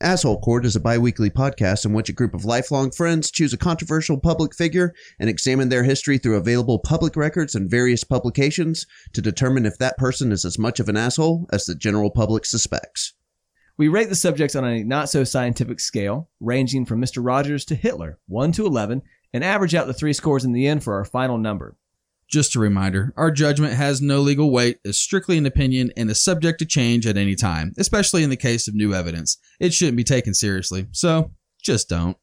Asshole Court is a bi weekly podcast in which a group of lifelong friends choose a controversial public figure and examine their history through available public records and various publications to determine if that person is as much of an asshole as the general public suspects. We rate the subjects on a not so scientific scale, ranging from Mr. Rogers to Hitler, 1 to 11, and average out the three scores in the end for our final number. Just a reminder our judgment has no legal weight, is strictly an opinion, and is subject to change at any time, especially in the case of new evidence. It shouldn't be taken seriously, so just don't.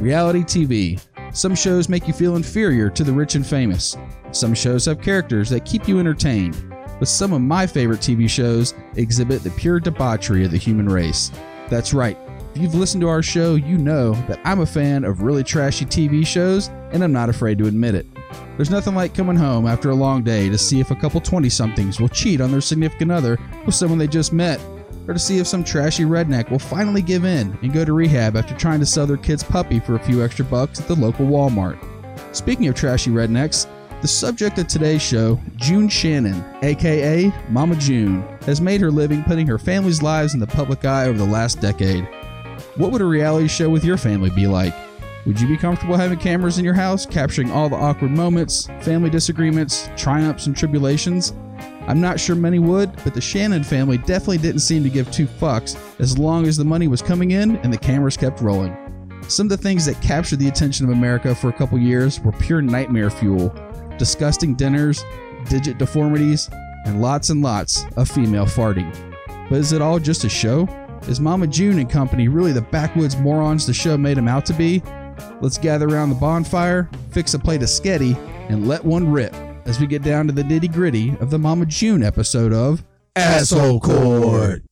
Reality TV. Some shows make you feel inferior to the rich and famous. Some shows have characters that keep you entertained. But some of my favorite TV shows exhibit the pure debauchery of the human race. That's right. If you've listened to our show, you know that I'm a fan of really trashy TV shows, and I'm not afraid to admit it. There's nothing like coming home after a long day to see if a couple 20 somethings will cheat on their significant other with someone they just met, or to see if some trashy redneck will finally give in and go to rehab after trying to sell their kid's puppy for a few extra bucks at the local Walmart. Speaking of trashy rednecks, the subject of today's show, June Shannon, aka Mama June, has made her living putting her family's lives in the public eye over the last decade. What would a reality show with your family be like? Would you be comfortable having cameras in your house, capturing all the awkward moments, family disagreements, triumphs, and tribulations? I'm not sure many would, but the Shannon family definitely didn't seem to give two fucks as long as the money was coming in and the cameras kept rolling. Some of the things that captured the attention of America for a couple years were pure nightmare fuel disgusting dinners, digit deformities, and lots and lots of female farting. But is it all just a show? Is Mama June and company really the backwoods morons the show made them out to be? Let's gather around the bonfire, fix a plate of sketty, and let one rip as we get down to the nitty gritty of the Mama June episode of Asshole Court.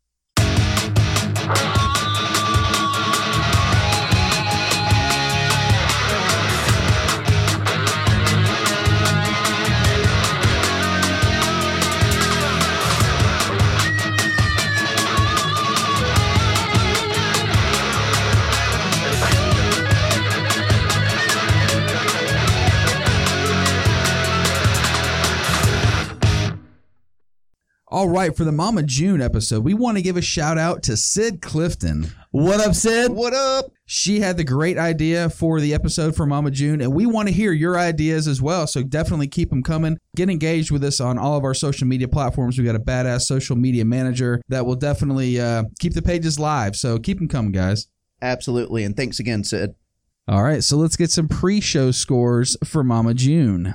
All right, for the Mama June episode, we want to give a shout out to Sid Clifton. What up, Sid? What up? She had the great idea for the episode for Mama June, and we want to hear your ideas as well. So definitely keep them coming. Get engaged with us on all of our social media platforms. We got a badass social media manager that will definitely uh, keep the pages live. So keep them coming, guys. Absolutely. And thanks again, Sid. All right, so let's get some pre-show scores for Mama June.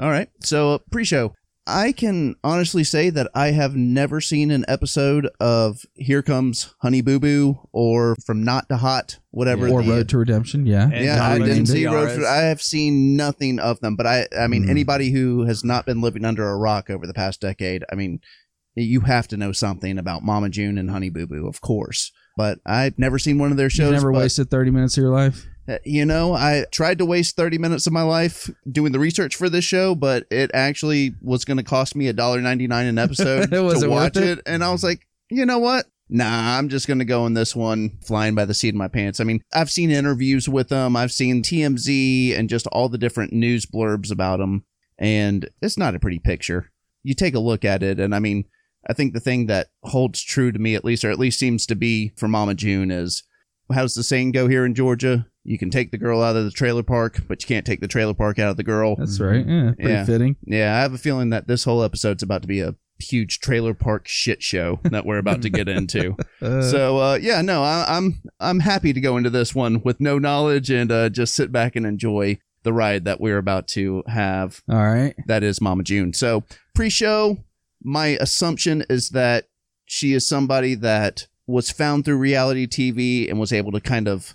All right. So, uh, pre show. I can honestly say that I have never seen an episode of Here Comes Honey Boo Boo or From Not to Hot, whatever. Or the- uh, Road to Redemption, yeah. And yeah, I Dominic didn't see Tiaras. Road. to- I have seen nothing of them, but I, I mean, Mm. anybody who has not been living under a rock over the past decade, I mean, you have to know something about Mama June and Honey Boo Boo, of course. But I've never seen one of their shows. you never but, wasted 30 minutes of your life. uh, You know, I tried to waste 30 minutes of my life doing the research for this show, but it actually was going to cost me $1.99 an episode It wasn't to watch worth it? it. And I was like, you know what? Nah, I'm just going to go on this one flying by the seat of my pants. I mean, I've seen interviews with them, I've seen TMZ and just all the different news blurbs about them. And it's not a pretty picture. You take a look at it, and I mean, I think the thing that holds true to me, at least, or at least seems to be for Mama June, is how's the saying go here in Georgia? You can take the girl out of the trailer park, but you can't take the trailer park out of the girl. That's right. Yeah, pretty Mm-hmm. Yeah. fitting. Yeah, I have a feeling that this whole episode's about to be a huge trailer park shit show that we're about to get into. Uh, so uh, yeah, no, I, I'm I'm happy to go into this one with no knowledge and uh, just sit back and enjoy the ride that we're about to have all right. that is Mama June. So pre-show, my assumption is that she is somebody that was found through reality TV and was able to kind of,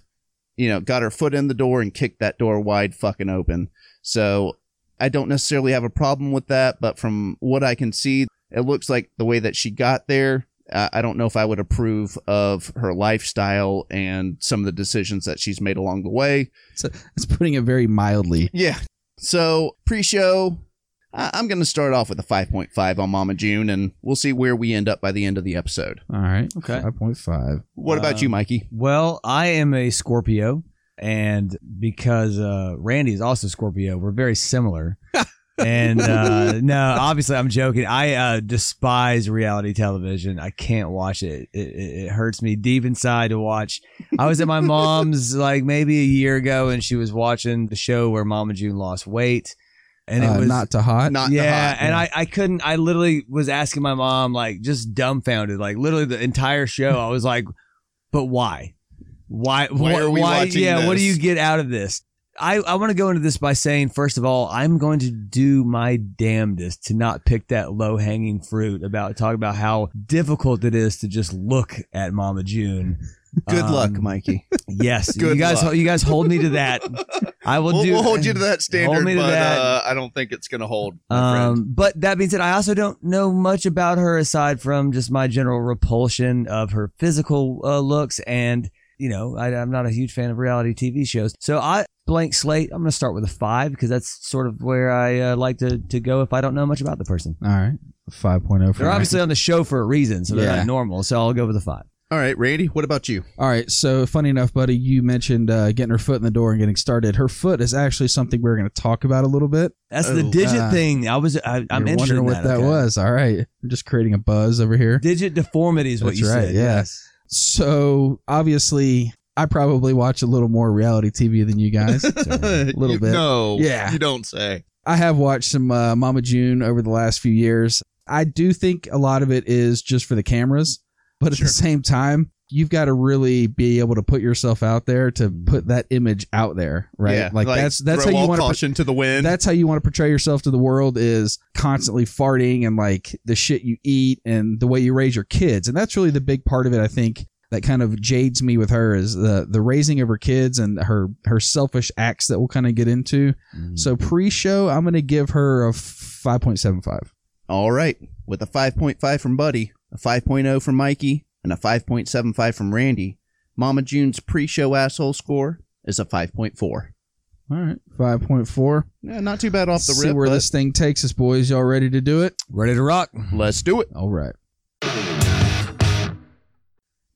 you know, got her foot in the door and kicked that door wide fucking open. So I don't necessarily have a problem with that, but from what I can see, it looks like the way that she got there. Uh, I don't know if I would approve of her lifestyle and some of the decisions that she's made along the way. That's putting it very mildly. Yeah. So pre-show, I- I'm going to start off with a 5.5 on Mama June, and we'll see where we end up by the end of the episode. All right. Okay. Five point five. What about Um, you, Mikey? Well, I am a Scorpio, and because uh, Randy is also Scorpio, we're very similar. and uh, no, obviously, I'm joking. I uh, despise reality television. I can't watch it. It, it. it hurts me deep inside to watch. I was at my mom's like maybe a year ago, and she was watching the show where Mama June lost weight, and it Uh, was not to hot. Not the yeah, hot. and I, I couldn't. I literally was asking my mom, like, just dumbfounded, like, literally the entire show. I was like, but why? Why? Why wh- are we watching Yeah, what do this? you get out of this? I, I want to go into this by saying, first of all, I'm going to do my damnedest to not pick that low hanging fruit about talk about how difficult it is to just look at Mama June. Good Um, luck, Mikey. Yes, Good you guys, luck. you guys hold me to that. I will We'll, do. we'll hold you to that standard, me to but that. Uh, I don't think it's going to hold. My friend. Um, but that being said, I also don't know much about her aside from just my general repulsion of her physical uh, looks. And, you know, I, I'm not a huge fan of reality TV shows. So I blank slate. I'm going to start with a five because that's sort of where I uh, like to, to go if I don't know much about the person. All right. 5.0 for They're me. obviously on the show for a reason, so they're Yeah. not normal. So I'll go with a five. All right, Randy, what about you? All right. So, funny enough, buddy, you mentioned uh, getting her foot in the door and getting started. Her foot is actually something we're going to talk about a little bit. That's Oh, the digit uh, thing. I was I, I'm You're interested wondering in what that okay. was. All right. I'm just creating a buzz over here. Digit deformity is what That's you right, said. yeah. Yes. So, obviously, I probably watch a little more reality TV than you guys. A little bit. No, Yeah. you don't say. I have watched some uh, Mama June over the last few years. I do think a lot of it is just for the cameras, but at Sure. the same time, you've got to really be able to put yourself out there to put that image out there, right? Yeah, like, that's that's throw how you all want to caution to the wind. that's how you want to portray yourself to the world is constantly farting and like the shit you eat and the way you raise your kids and that's really the big part of it i think that kind of jades me with her is the the raising of her kids and her her selfish acts that we'll kind of get into so pre-show i'm gonna give her a 5.75 All right. With a 5.5 from Buddy, a 5.0 from Mikey, and a 5.75 from Randy, Mama June's pre show asshole score is a 5.4. all right 5.4 Yeah, not too bad off the Let's see rip, where but this thing takes us boys y'all ready to do it Ready to rock. let's do it. All right.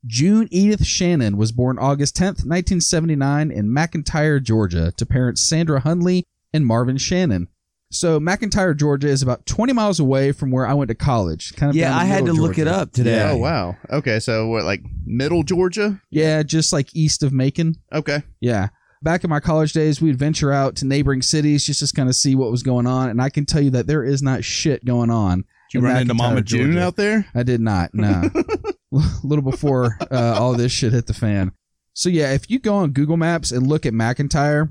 June Edith Shannon was born August 10th, 1979, in McIntyre, Georgia, to parents Sandra Hundley and Marvin Shannon. So, McIntyre, Georgia is about 20 miles away from where I went to college. Kind of Yeah, down the I had to middle of look it Georgia. up today. Yeah. Oh, wow. Okay, so what, like middle Georgia? Yeah, just like east of Macon. Okay. Yeah. Back in my college days, we'd venture out to neighboring cities just to kind of see what was going on. And I can tell you that there is not shit going on. Did you in run into McIntyre, Mama June Georgia. out there? I did not. No, a little before uh, all this shit hit the fan. So yeah, if you go on Google Maps and look at McIntyre,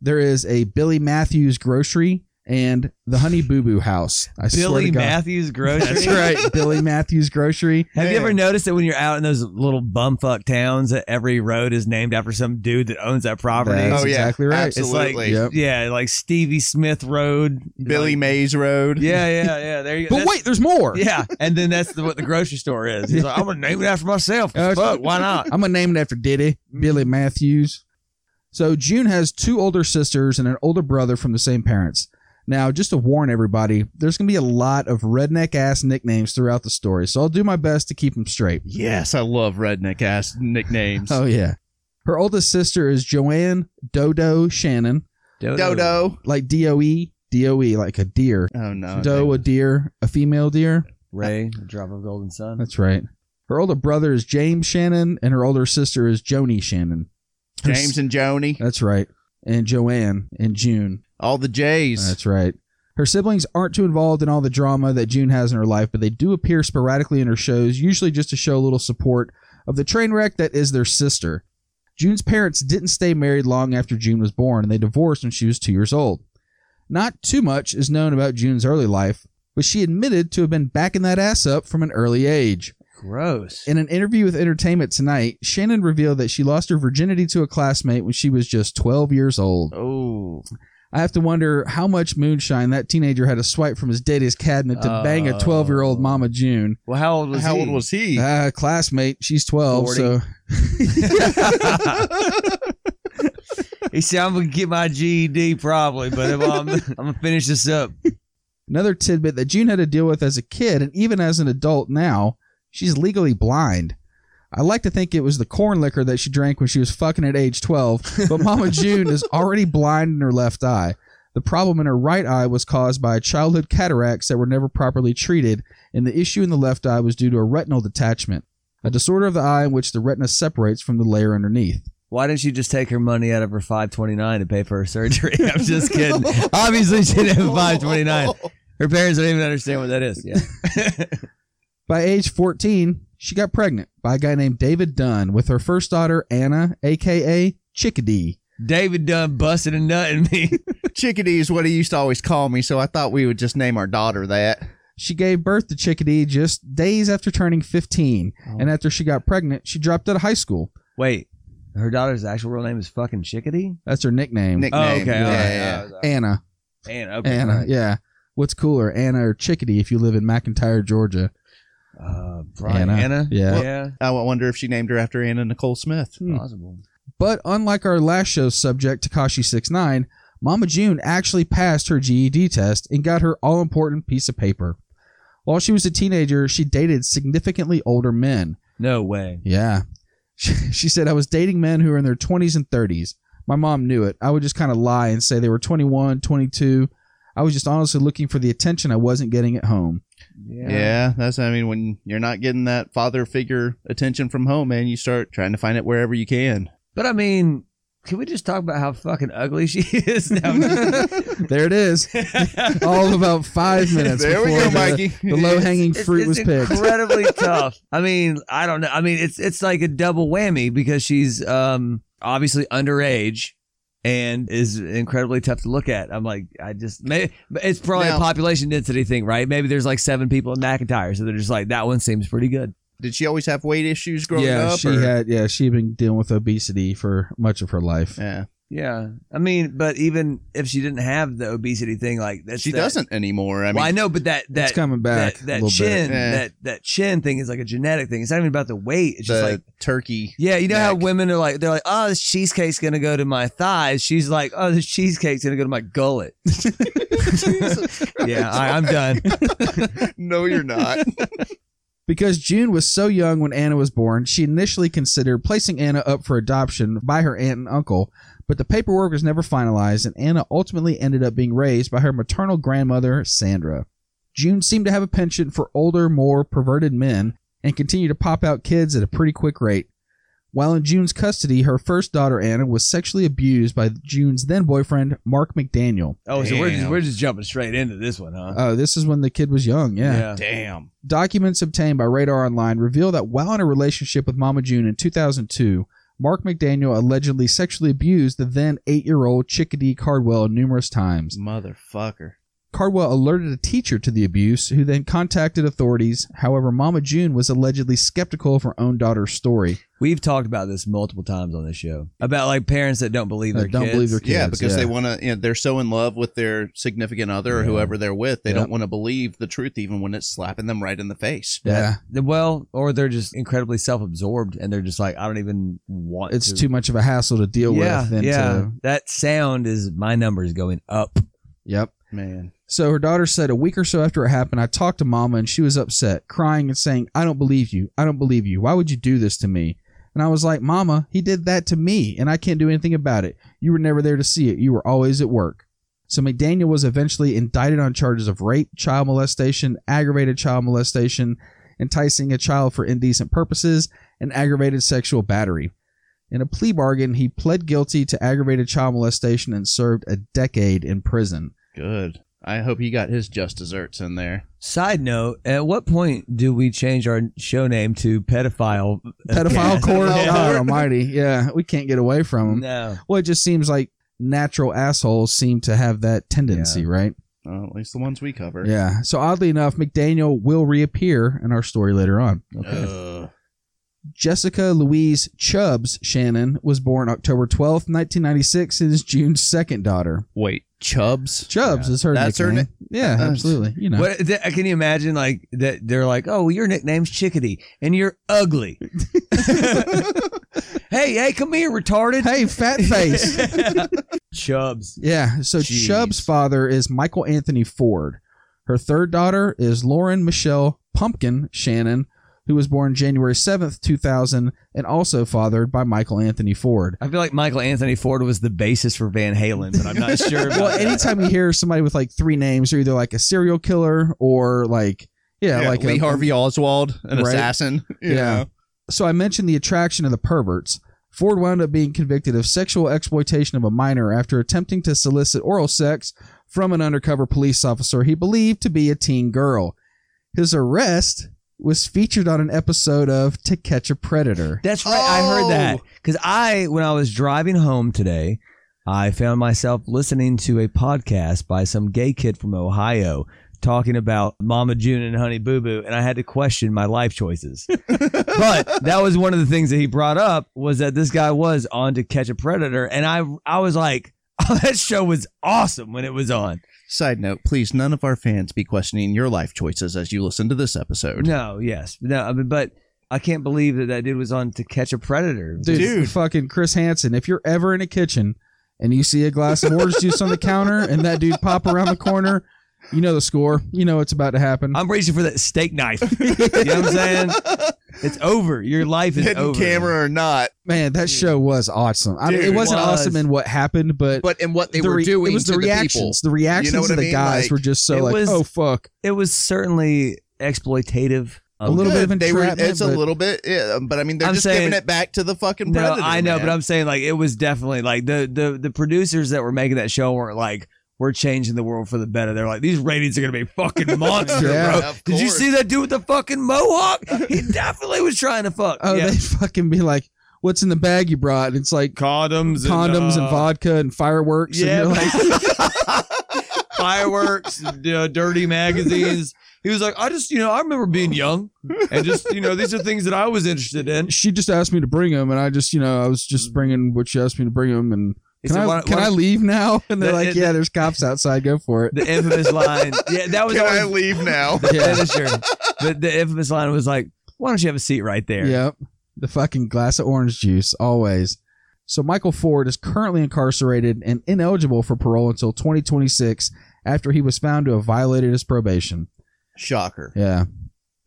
there is a Billy Matthews grocery and the Honey Boo Boo House. I swear to Billy God. Matthews Grocery. That's right, Billy Matthews Grocery. Have you Man. ever noticed that when you're out in those little bumfuck towns, that every road is named after some dude that owns that property? That's Oh, yeah. exactly right. It's like- Absolutely. Yep. yeah, like Stevie Smith Road, Billy Mays Road. Like, yeah, yeah, yeah. There you go. But That's- wait, there's more. yeah, and then that's the, what the grocery store is. He's like, I'm gonna name it after myself. 'cause Uh, fuck, why not? I'm gonna name it after Diddy, Mm-hmm. Billy Matthews. So June has two older sisters and an older brother from the same parents. Now, just to warn everybody, there's gonna be a lot of redneck ass nicknames throughout the story, so I'll do my best to keep them straight. Yes, I love redneck ass nicknames. Oh yeah. Her oldest sister is Joanne Dodo Shannon, Dodo. like D O E D O E, like a deer. Oh, no. Doe a deer, a female deer. Ray, drop of golden sun. That's right. Her older brother is James Shannon, and her older sister is Joni Shannon. Her s- James and Joni. That's right. And Joanne and June. All the J's. That's right. Her siblings aren't too involved in all the drama that June has in her life, but they do appear sporadically in her shows, usually just to show a little support of the train wreck that is their sister. June's parents didn't stay married long after June was born, and they divorced when she was two years old. Not too much is known about June's early life, but she admitted to have been backing that ass up from an early age. Gross. In an interview with Entertainment Tonight, Shannon revealed that she lost her virginity to a classmate when she was just 12 years old. Oh. I have to wonder how much moonshine that teenager had to swipe from his daddy's cabinet to bang a 12 year old Oh. Mama June. Well, how old was How he? old was he? Uh, classmate, she's 12, so he said, "I'm gonna get my GED probably, but if I'm, I'm gonna finish this up." another tidbit that June had to deal with as a kid and even as an adult now, she's legally blind. I like to think it was the corn liquor that she drank when she was fucking at age 12, but Mama June is already blind in her left eye. The problem in her right eye was caused by childhood cataracts that were never properly treated, and the issue in the left eye was due to a retinal detachment, a disorder of the eye in which the retina separates from the layer underneath. Why didn't she just take her money out of her 529 to pay for her surgery? I'm just kidding. Obviously, she didn't have 529. Her parents don't even understand what that is. Yeah. By age 14, she got pregnant by a guy named David Dunn with her first daughter, Anna, aka Chickadee. David Dunn busted a nut in me. Chickadee is what he used to always call me, so I thought we would just name our daughter that. She gave birth to Chickadee just days after turning 15, Oh. and after she got pregnant, she dropped out of high school. Wait, her daughter's actual real name is fucking Chickadee? That's her nickname, Nickname. Oh, okay. Yeah, all right, yeah. all right, all right. Anna. Anna. Okay. Anna, yeah. What's cooler, Anna or Chickadee if you live in McIntyre, Georgia? Uh, Brian. Anna. Anna. Yeah. Yeah. I wonder if she named her after Anna Nicole Smith. Hmm. Possible. But unlike our last show's subject, Takashi 69, Mama June actually passed her GED test and got her all important piece of paper. While she was a teenager, she dated significantly older men. No way. Yeah. She, she said, I was dating men who were in their 20s and 30s. My mom knew it. I would just kind of lie and say they were 21, 22. I was just honestly looking for the attention I wasn't getting at home. Yeah. that's I mean when you're not getting that father figure attention from home, man, you start trying to find it wherever you can. But I mean, can we just talk about how fucking ugly she is now? There it is. All of about five minutes before the, the low-hanging fruit was picked. incredibly tough. I mean, I don't know. I mean, it's it's like a double whammy because she's um obviously underage and is incredibly tough to look at. I'm like, I just maybe it's probably Now- a population density thing, right? Maybe there's like seven people in McIntyre, so they're just like that one seems pretty good. Did she always have weight issues growing yeah, up? she or- had. Yeah, she had been dealing with obesity for much of her life. Yeah, Yeah, I mean, but even if she didn't have the obesity thing, like that's she that- doesn't anymore. I mean, Eh. well, I know, but that it's that coming back that, a that little chin bit. Yeah. that that chin thing is like a genetic thing. It's not even about the weight. It's the just like turkey. yeah, you know how neck. women are like they're like, oh, this cheesecake's gonna go to my thighs. She's like, oh, this cheesecake's gonna go to my gullet. yeah, I, I'm done. no, you're not. Because June was so young when Anna was born, she initially considered placing Anna up for adoption by her aunt and uncle, but the paperwork was never finalized, and Anna ultimately ended up being raised by her maternal grandmother, Sandra. June seemed to have a penchant for older, more perverted men, and continued to pop out kids at a pretty quick rate. While in June's custody, her first daughter, Anna, was sexually abused by June's then boyfriend, Mark McDaniel. Oh, so we're just Damn. we're just jumping straight into this one, huh? Oh, this is when the kid was young, yeah. Damn. Documents obtained by Radar Online reveal that while in a relationship with Mama June in 2002, Mark McDaniel allegedly sexually abused the then eight year old Chickadee Cardwell numerous times. Motherfucker. Cardwell alerted a teacher to the abuse, who then contacted authorities. However, Mama June was allegedly skeptical of her own daughter's story. We've talked about this multiple times on this show about like parents that don't believe Uh, their don't kids. believe their kids. yeah, because they want to. You know, they're so in love with their significant other or Yeah. whoever they're with, they Yeah. don't want to believe the truth, even when it's slapping them right in the face. Yeah. Well, or they're just incredibly self-absorbed, and they're just like, I don't even want. It's to. too much of a hassle to deal with. And To, that sound is my numbers going up. yep. Man, So her daughter said a week or so after it happened, I talked to mama and she was upset, crying and saying, I don't believe you. I don't believe you. Why would you do this to me? And I was like, Mama, he did that to me and I can't do anything about it. You were never there to see it. You were always at work. So McDaniel was eventually indicted on charges of rape, child molestation, aggravated child molestation, enticing a child for indecent purposes, and aggravated sexual battery. In a plea bargain, he pled guilty to aggravated child molestation and served a decade in prison. good. I hope he got his just desserts in there. Side note: At what point do we change our show name to pedophile? pedophile Podcast? court. Oh, Yeah. God Almighty, yeah, we can't get away from them. No. Well, it just seems like natural assholes seem to have that tendency, right? Well, at least the ones we cover. Yeah. So oddly enough, McDaniel will reappear in our story later on. Uh, Ugh. Jessica Louise Chubbs Shannon was born October twelfth, nineteen ninety six, and is June's second daughter. Wait, Chubbs? Chubbs is her That's her nickname. yeah, Uh, absolutely. You know, What, th- can you imagine? Like that, they're like, "Oh, your nickname's Chickadee, and you're ugly." hey, hey, come here, retarded. hey, fat face. Chubs. Yeah. So Jeez. Chubb's father is Michael Anthony Ford. Her third daughter is Lauren Michelle Pumpkin Shannon, who was born January 7th, 2000, and also fathered by Michael Anthony Ford. I feel like Michael Anthony Ford was the basis for Van Halen, but I'm not sure. About Well, that. anytime you hear somebody with like three names, they're either like a serial killer or like, yeah, like Lee a, Harvey Oswald, an Right. assassin. you Yeah. know. So I mentioned the attraction of the perverts. Ford wound up being convicted of sexual exploitation of a minor after attempting to solicit oral sex from an undercover police officer he believed to be a teen girl. His arrest was featured on an episode of To Catch a Predator. That's right. I heard that because I, when I was driving home today, I found myself listening to a podcast by some gay kid from Ohio talking about Mama June and Honey Boo Boo, and I had to question my life choices. but that was one of the things that he brought up was that this guy was on to catch a predator, and I, I was like, oh, that show was awesome when it was on. Side note, please none of our fans be questioning your life choices as you listen to this episode. No, yes, no, I mean, but I can't believe that that dude was on to catch a predator. Dude, Dude. fucking Chris Hansen, if you're ever in a kitchen and you see a glass of orange juice on the counter and that dude pop around the corner, you know the score. You know it's about to happen. I'm reaching for that steak knife. you know what I'm saying? It's over. Your life is Hidden over. camera or not, Man, that show was awesome. I mean, Dude, it wasn't it was. awesome in what happened, but but in what they the were re- doing It was to the the, reactions. The, reactions what of I the mean? guys Like, were just so it like, was- oh fuck. It was certainly exploitative. A little bit of Good, they were, entrapment, It's a but- little bit, yeah, but I mean, they're I'm just saying- giving it back to the fucking No, predator. I know, man. but I'm saying like it was definitely like the the the producers that were making that show weren't like we're changing the world for the better. They're like these ratings are gonna be fucking monster, Yeah. bro. Of Did you course. see that dude with the fucking mohawk? He definitely was trying to fuck. Oh, yeah. they'd fucking be like, "What's in the bag you brought?" And it's like condoms, condoms and, uh, vodka and fireworks. uh, Yeah, and you're like, fireworks, you know, dirty magazines. He was like, I just, you know, I remember being young, and just, you know, these are things that I was interested in. she just asked me to bring them, and I just, you know, I was just bringing what she asked me to bring them, and He can said, I "Why- can why- I leave now? And they're The- like, the- "Yeah, there's cops outside. Go for it." The infamous line. Yeah, that was Can I always, leave now? yeah, that's true. The, the infamous line was like, why don't you have a seat right there? Yep. The fucking glass of orange juice, always. So Michael Ford is currently incarcerated and ineligible for parole until 2026 after he was found to have violated his probation. Shocker. Yeah.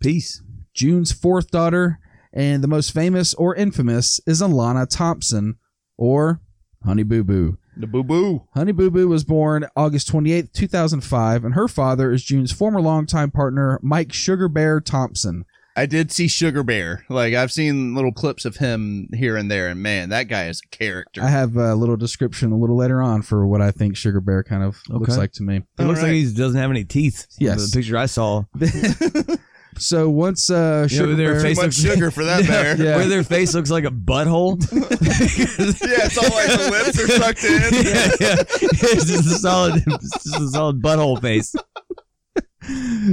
Peace. June's fourth daughter and the most famous or infamous is Alana Thompson or Honey Boo Boo. The boo boo. Honey Boo Boo was born August 28, 2005, and her father is June's former longtime partner, Mike Sugar Bear Thompson. I did see Sugar Bear. Like I've seen little clips of him here and there, and man, that guy is a character. I have a little description a little later on for what I think Sugar Bear kind of looks Okay. like to me. It All looks right. like he doesn't have any teeth. Yes. The picture I saw. So once uh, You know, Sugar their Bear, Too face much looks- sugar for that bear. Yeah. Where their face looks like a butthole. Yeah, it's all like the lips are sucked in. yeah, yeah. It's just a solid, it's just a solid butthole face.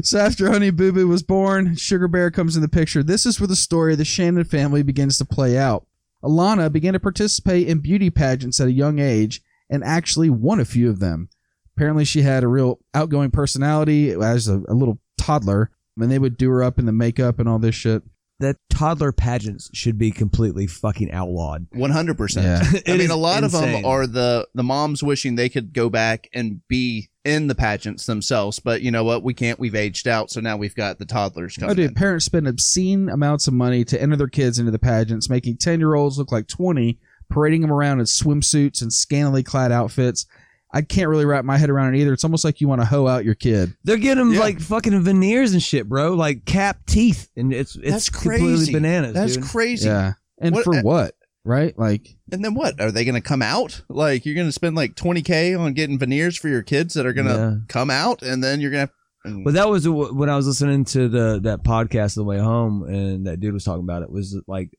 so after Honey Boo Boo was born, Sugar Bear comes in the picture. This is where the story of the Shannon family begins to play out. Alana began to participate in beauty pageants at a young age and actually won a few of them. Apparently, she had a real outgoing personality as a, a little toddler, and they would do her up in the makeup and all this shit. That toddler pageants should be completely fucking outlawed. One hundred percent. Yeah. It I mean, is a lot of insane. them are the the moms wishing they could go back and be in the pageants themselves, but you know what? We can't. We've aged out, so now we've got the toddlers coming. Oh, dude, in. parents spend obscene amounts of money to enter their kids into the pageants, making 10 year olds look like 20, parading them around in swimsuits and scantily clad outfits. I can't really wrap my head around it either. It's almost like you want to hoe out your kid. They're getting them Yeah. like fucking veneers and shit, bro. Like cap teeth, and it's it's That's completely crazy. bananas. That's dude. crazy. Yeah. And What- for what? Right? Like, And then what? Are they going to come out? Like you're going to spend like 20k on getting veneers for your kids that are going to Yeah. come out, and then you're going to. mm. But that was wh- when I was listening to the that podcast on the way home, and that dude was talking about it. Was like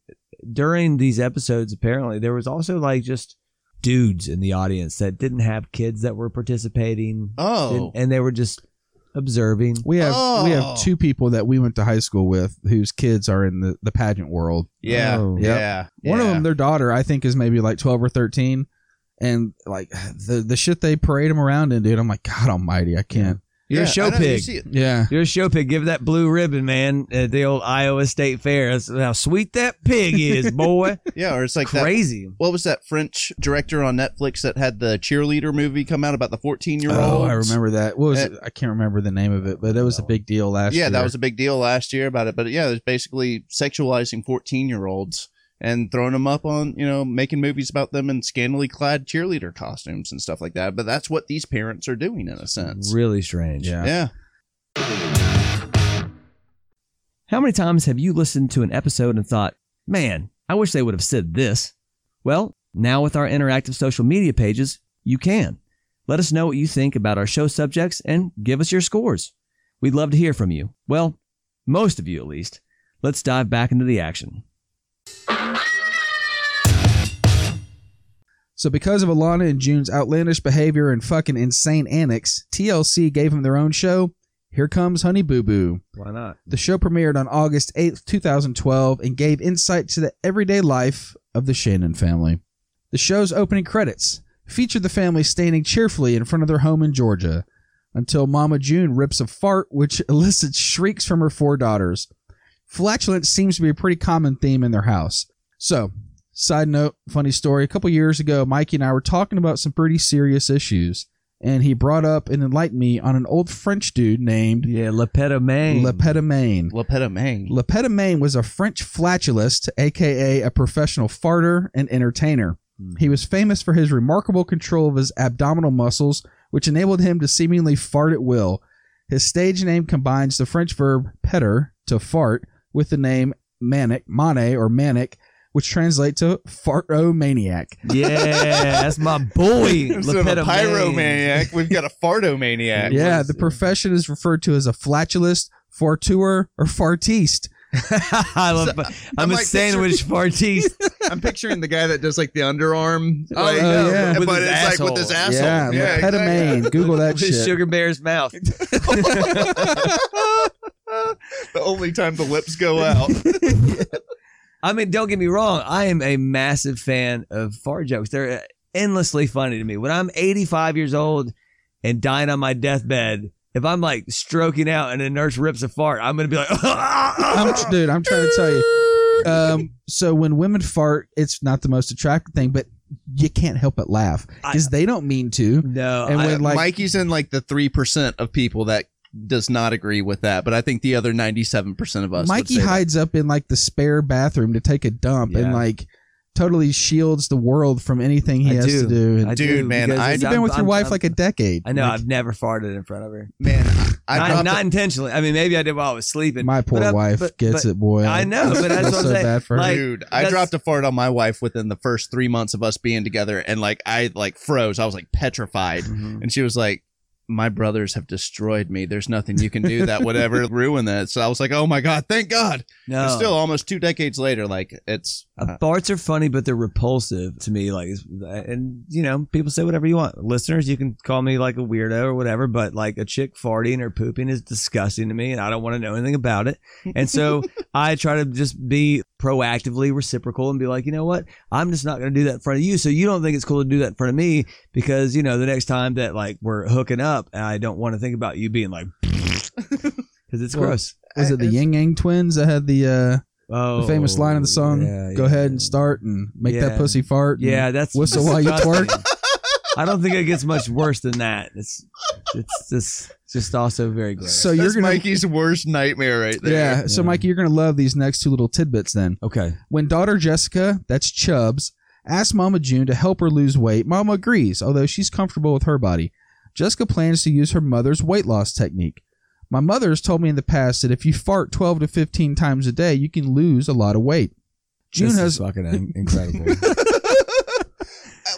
during these episodes, apparently there was also like just dudes in the audience that didn't have kids that were participating, oh, and, and they were just observing. we have we Oh. have two people that we went to high school with whose kids are in the, the pageant world. yeah, Oh. Yep. yeah, One of yeah. them, their daughter, I think, is maybe like 12 or 13. And like the, the shit they parade them around in, dude, I'm like, God almighty, I can't. You're a Yeah, I show know, you pig. see it. Yeah. You're a show pig. Give that blue ribbon, man, at the old Iowa State Fair. That's how sweet that pig is, boy. Yeah, or it's like that Crazy. what was that French director on Netflix that had the cheerleader movie come out about the 14 year old? Oh, I remember that. What was Uh, it? I can't remember the name of it, but that was a big deal last year. Yeah, that was a big deal last year about it. But yeah, it was basically sexualizing 14 year olds and throwing them up on, you know, making movies about them in scantily clad cheerleader costumes and stuff like that. But that's what these parents are doing in a sense. Really strange. Yeah. Yeah. How many times have you listened to an episode and thought, man, I wish they would have said this? Well, now with our interactive social media pages, you can. Let us know what you think about our show subjects and give us your scores. We'd love to hear from you. Well, most of you at least. Let's dive back into the action. So because of Alana and June's outlandish behavior and fucking insane antics, TLC gave them their own show. Here comes Honey Boo Boo. Why not? The show premiered on August 8th, 2012, and gave insight to the everyday life of the Shannon family. The show's opening credits featured the family standing cheerfully in front of their home in Georgia until Mama June rips a fart, which elicits shrieks from her four daughters. Flatulence seems to be a pretty common theme in their house. So, side note, funny story. A couple years ago, Mikey and I were talking about some pretty serious issues, and he brought up and enlightened me on an old French dude named Yeah, Lepetta Maine. Lepetamane. Lepetta Mang. Lepetta Main was a French flatulist, aka a professional farter and entertainer. He was famous for his remarkable control of his abdominal muscles, which enabled him to seemingly fart at will. His stage name combines the French verb petter to fart with the name manic, mane or manic, which translates to fartomaniac. yeah, that's my boy. Instead of a Lepetta Maine. pyromaniac, we've got a fartomaniac. Yeah, the profession is referred to as a flatulist, fartuer, or fartiste. I love, I'm, I'm a like sandwich fartiste. I'm picturing the guy that does like the underarm. Oh, like, uh, yeah. yeah. But, With his it's like with his asshole. asshole. Yeah, Lepetta Main. Google that With shit. Sugar Bear's mouth. the only time the lips go out. I mean, don't get me wrong. I am a massive fan of fart jokes. They're uh, endlessly funny to me. When I'm 85 years old and dying on my deathbed, if I'm like stroking out and a nurse rips a fart, I'm gonna be like, I'm, tr- dude, I'm trying to tell you. Um, so when women fart, it's not the most attractive thing, but you can't help but laugh because they don't mean to. no. And I- when like Uh, Mikey's in like the three percent of people that does not agree with that, but I think the other ninety-seven percent of us. Mikey would say that. hides up in like the spare bathroom to take a dump and Yeah. like totally shields the world from anything he I has do. to do. And I Dude, man, because I- it's- you've been I'm- with your I'm- wife I'm- like a decade. I know. Like, I've never farted in front of her. man. I not dropped not intentionally. I mean, maybe I did while I was sleeping. my poor But I- wife but- gets but- it, boy. I know, but that's feel what I'm so saying. bad for a, her. Like, dude, I that's- dropped a fart on my wife within the first three months of us being together, and like I like froze. I was like petrified, and she was like. My brothers have destroyed me. There's nothing you can do that would ever ruin that. So I was like, "Oh my god, thank God!" No, And still, almost two decades later, like it's Uh, farts are funny, but they're repulsive to me. Like, it's- and you know, people say whatever you want. Listeners, you can call me like a weirdo or whatever, but like a chick farting or pooping is disgusting to me, and I don't want to know anything about it. And so I try to just be proactively reciprocal and be like, you know what, I'm just not going to do that in front of you. So you don't think it's cool to do that in front of me because you know the next time that like we're hooking up, I don't want to think about you being like, because it's Well, gross. Was it the Ying Yang twins that had the uh, Oh, the famous line of the song? yeah, Go yeah. ahead and start and make that Yeah. pussy fart. and- Yeah, that's Whistle while you disgusting. I don't think it gets much worse than that. It's it's just just also very gross. So you're that's gonna Mikey's worst nightmare right there. Yeah. So, Yeah. Mikey, you're going to love these next two little tidbits then. okay, When daughter Jessica, that's Chubbs, asks Mama June to help her lose weight, Mama agrees, although she's comfortable with her body. Jessica plans to use her mother's weight loss technique. My mother has told me in the past that if you fart 12 to 15 times a day, you can lose a lot of weight. June this has is fucking in- incredible. Uh,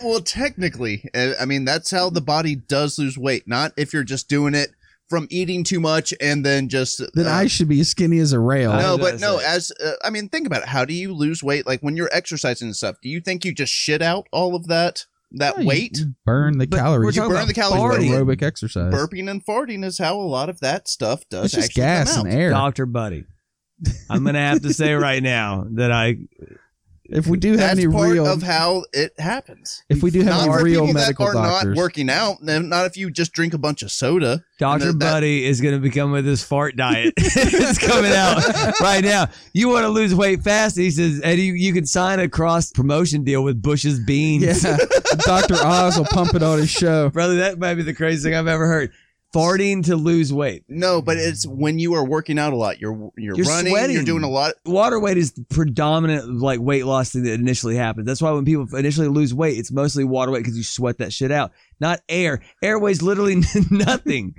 Well, technically, uh, I mean that's how the body does lose weight. Not if you're just doing it from eating too much and then just. then uh, I should be as skinny as a rail. no, was but gonna no. say. As uh, I mean, think about it. How do you lose weight? Like when you're exercising and stuff. Do you think you just shit out all of that that Yeah, you- weight? you burn the But we're calories. talking burn about the calories, It's farting. aerobic exercise. Burping and farting is how a lot of that stuff does. It's just actually gas come and out. air. Doctor Buddy. I'm gonna have to say right now that I If we do have That's any part real, of how it happens. if we do have Not any for real people medical that are not doctors, working out, then not if you just drink a bunch of soda. Dr. And that- Buddy is going to become with his fart diet. it's coming out right now. You want to lose weight fast? He says, Eddie, you can sign a cross promotion deal with Bush's Beans. yeah, Doctor Oz will pump it on his show. Brother, that might be the craziest thing I've ever heard. Farting to lose weight. No, but it's when you are working out a lot. You're you're, You're running. You're sweating. doing a lot. Water weight is the predominant like weight loss thing that initially happens. That's why when people initially lose weight, it's mostly water weight because you sweat that shit out, not air. Air weighs literally nothing.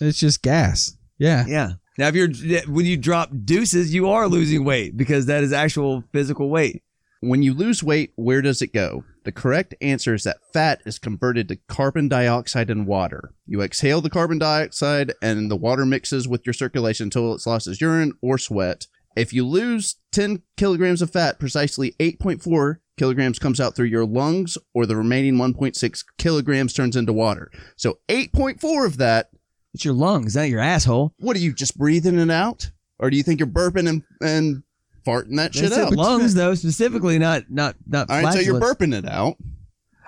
It's just gas. Yeah, Yeah. Now, if you're when you drop deuces, you are losing weight because that is actual physical weight. When you lose weight, where does it go? The correct answer is that fat is converted to carbon dioxide and water. You exhale the carbon dioxide, and the water mixes with your circulation until it's lost as urine or sweat. If you lose 10 kilograms of fat, precisely 8.4 kilograms comes out through your lungs, or the remaining 1.6 kilograms turns into water. So 8.4 of that It's your lungs, not your asshole. What are you just breathing it out, or do you think you're burping and and farting that They shit said out? lungs, though, specifically, not not not. All right, so you're flatulence. burping it out.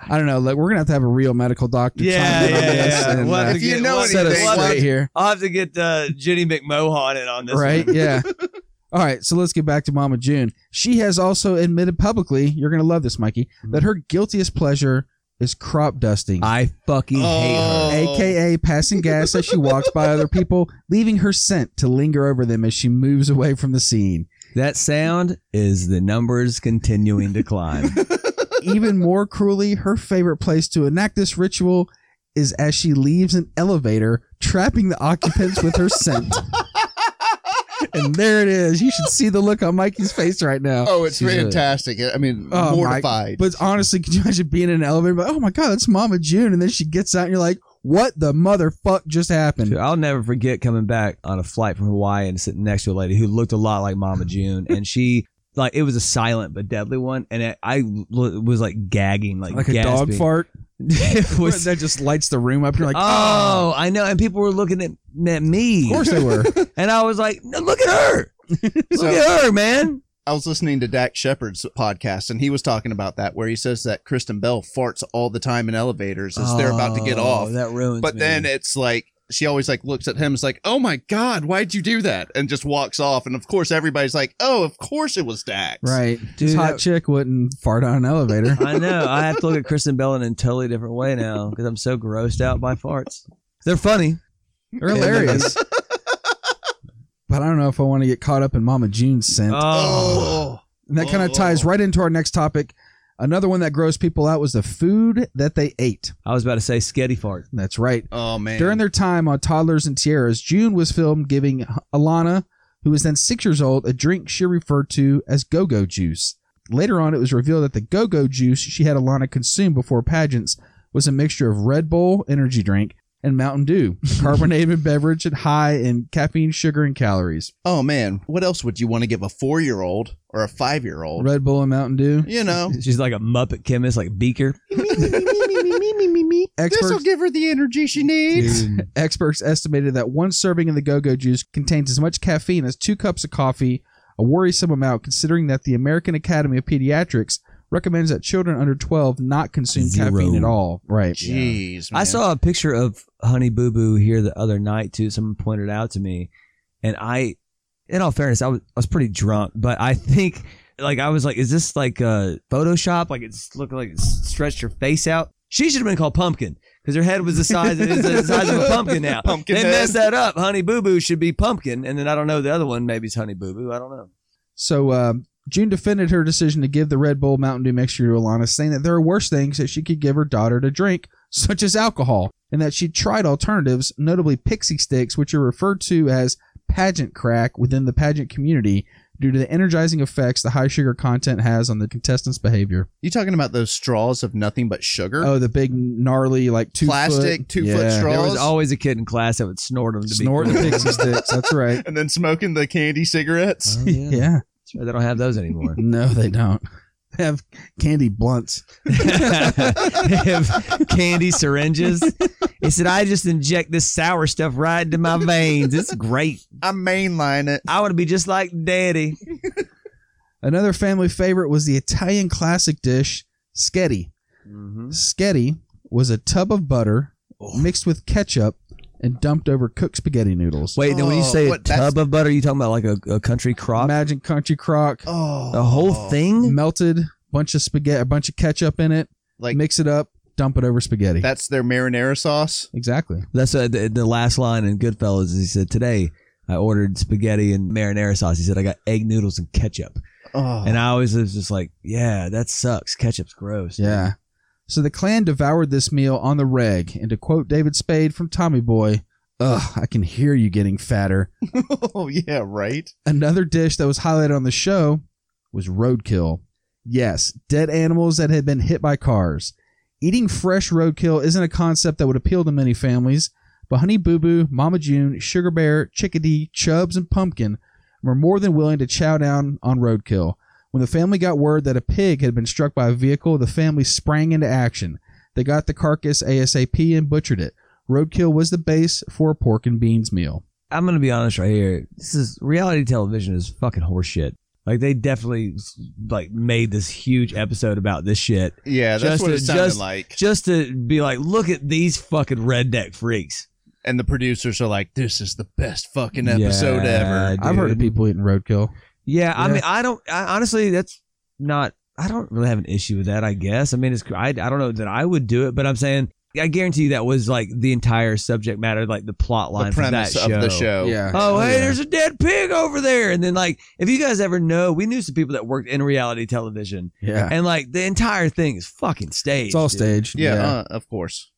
I don't know. Like we're gonna have to have a real medical doctor. Yeah, chime in on yeah, this yeah. and, We'll uh, have to If you get- know we'll have to set us anything, get- why- straight here. I'll have to get uh, Jenny McMohan in on this. right? one. Yeah. All right, so let's get back to Mama June. She has also admitted publicly, you're going to love this, Mikey, that her guiltiest pleasure is crop dusting, Mm-hmm. I fucking hate Oh. her. aka passing gas as she walks by other people, leaving her scent to linger over them as she moves away from the scene. That sound is the numbers continuing to climb. Even more cruelly, her favorite place to enact this ritual is as she leaves an elevator, trapping the occupants with her scent. And there it is. You should see the look on Mikey's face right now. Oh, it's She's a- fantastic. I mean, Oh, mortified. But honestly, could you imagine being in an elevator? But oh my god, that's Mama June, and then she gets out, and you're like, "What the motherfuck just happened?" Dude, I'll never forget coming back on a flight from Hawaii and sitting next to a lady who looked a lot like Mama June, and she like it was a silent but deadly one, and it, I l- was like gagging, like Like a dog gasping. fart It was- that just lights the room up. You're like, ah. oh, I know, and people were looking at, at me, of course they were." and I was like, "No, look at her, look So- at her, man. I was listening to Dak Shepard's podcast, and he was talking about that, where he says that Kristen Bell farts all the time in elevators as they're about to get Oh, off. That ruins. But me. then it's like she always like looks at him, is like, "Oh my god, why'd you do that?" and just walks off. And of course, everybody's like, "Oh, of course it was Dax." right, Dude, this hot that- chick wouldn't fart on an elevator. I know. I have to look at Kristen Bell in a totally different way now because I'm so grossed out by farts. They're funny. They're hilarious. uh, But I don't know if I want to get caught up in Mama June's scent. Oh. and that kind of oh. ties right into our next topic. Another one that grossed people out was the food that they ate. I was about to say sketty fart. That's right. Oh man. During their time on Toddlers and Tiaras, June was filmed giving Alana, who was then six years old, a drink she referred to as go go juice. Later on, it was revealed that the go go juice she had Alana consume before pageants was a mixture of Red Bull energy drink and Mountain Dew, carbonated beverage and high in caffeine, sugar, and calories. Oh man, what else would you want to give a four year old or a five year old? Red Bull and Mountain Dew. You know, She's like a Muppet chemist, like Beaker. this will Experts, give her the energy she needs. experts estimated that one serving of the go go juice contains as much caffeine as two cups of coffee, a worrisome amount considering that the American Academy of Pediatrics recommends that children under 12 not consume Zero. caffeine at all. Right. Jeez, I saw a picture of Honey Boo Boo here the other night too. Someone pointed out to me, and I, in all fairness, I was I was pretty drunk, but I think like I was like, is this like uh, Photoshop? Like it's looking like it's stretched her face out. She should have been called Pumpkin because her head was the size it's the size of a pumpkin now. Pumpkin they head. messed that up. Honey Boo Boo should be Pumpkin, and then I don't know the other one. Maybe it's Honey Boo Boo. I don't know. So, uh, June defended her decision to give the Red Bull Mountain Dew mixture to Alana, saying that there are worse things that she could give her daughter to drink, such as alcohol, and that she tried alternatives, notably pixie sticks, which are referred to as pageant crack within the pageant community due to the energizing effects the high sugar content has on the contestants' behavior. You talking about those straws of nothing but sugar? Oh, the big gnarly like two Plastic foot, two foot straw. There was Balls? always a kid in class that would snort them to Snort be the cool. pixie sticks. That's right. and then smoking the candy cigarettes. Oh, yeah. Yeah. Sure, they don't have those anymore. No, they don't. They have candy blunts. have candy syringes. He said, I just inject this sour stuff right into my veins. It's great. I mainline it. I want to be just like daddy. Another family favorite was the Italian classic dish, sketty. Mm-hmm. Sketty was a tub of butter mixed with ketchup and dumped over cooked spaghetti noodles. Wait, now when you Oh, say a what, that's- tub of butter, are you talking about like a, a country crock? Imagine country crock, Oh, the whole thing? melted bunch of spaghetti, a bunch of ketchup in it. Like mix it up, dump it over spaghetti. that's their marinara sauce. exactly. That's uh, the, the last line in Goodfellas. Is he said, Today I ordered spaghetti and marinara sauce. He said, I got egg noodles and ketchup. Oh, And I always was just like, Yeah, that sucks. Ketchup's gross. Yeah. So the clan devoured this meal on the reg, and to quote David Spade from Tommy Boy, "Ugh, I can hear you getting fatter." oh yeah, right. Another dish that was highlighted on the show was roadkill. Yes, dead animals that had been hit by cars. Eating fresh roadkill isn't a concept that would appeal to many families, but Honey Boo Boo, Mama June, Sugar Bear, Chickadee, Chubbs, and Pumpkin were more than willing to chow down on roadkill. When the family got word that a pig had been struck by a vehicle, the family sprang into action. They got the carcass ASAP and butchered it. Roadkill was the base for a pork and beans meal. I'm gonna be honest right here. This is reality television is fucking horseshit. Like they definitely like made this huge episode about this shit Yeah, that's Just what a- it sounded just- like. just to be like, look at these fucking redneck freaks. And the producers are like, "This is the best fucking episode Yeah, ever." dude. I've heard of people eating roadkill. Yeah, I Yeah. mean, I don't. I, honestly, that's not. I don't really have an issue with that. I guess. I mean, it's. I, I don't know that I would do it, but I'm saying I guarantee you that was like the entire subject matter, like the plot line The for premise that of the show. Yeah. Oh, hey, yeah. there's a dead pig over there. And then, like, if you guys ever know, we knew some people that worked in reality television, Yeah. and like the entire thing is fucking staged. It's all dude. staged. Yeah, Uh, of course.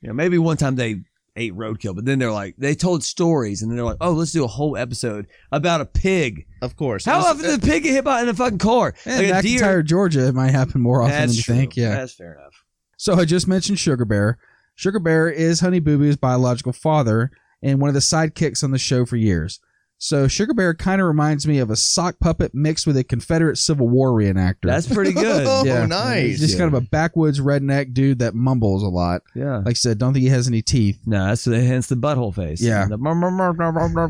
You know, maybe one time they ate roadkill, but then they're like, they told stories, and then they're like, oh, let's do a whole episode about a pig. Of course. How It's- often did a pig get hit by in a fucking car? and like a McIntyre, Georgia, it might happen more often That's than you true. think. Yeah. that's fair enough. So I just mentioned Sugar Bear. Sugar Bear is Honey Boo Boo's biological father and one of the sidekicks on the show for years. So Sugar Bear kind of reminds me of a sock puppet mixed with a Confederate Civil War reenactor. That's pretty Oh, good. He's nice. just kind of a backwoods redneck dude that mumbles a lot. yeah. Like I said, don't think he has any teeth. No, that's hence the butthole face. Yeah.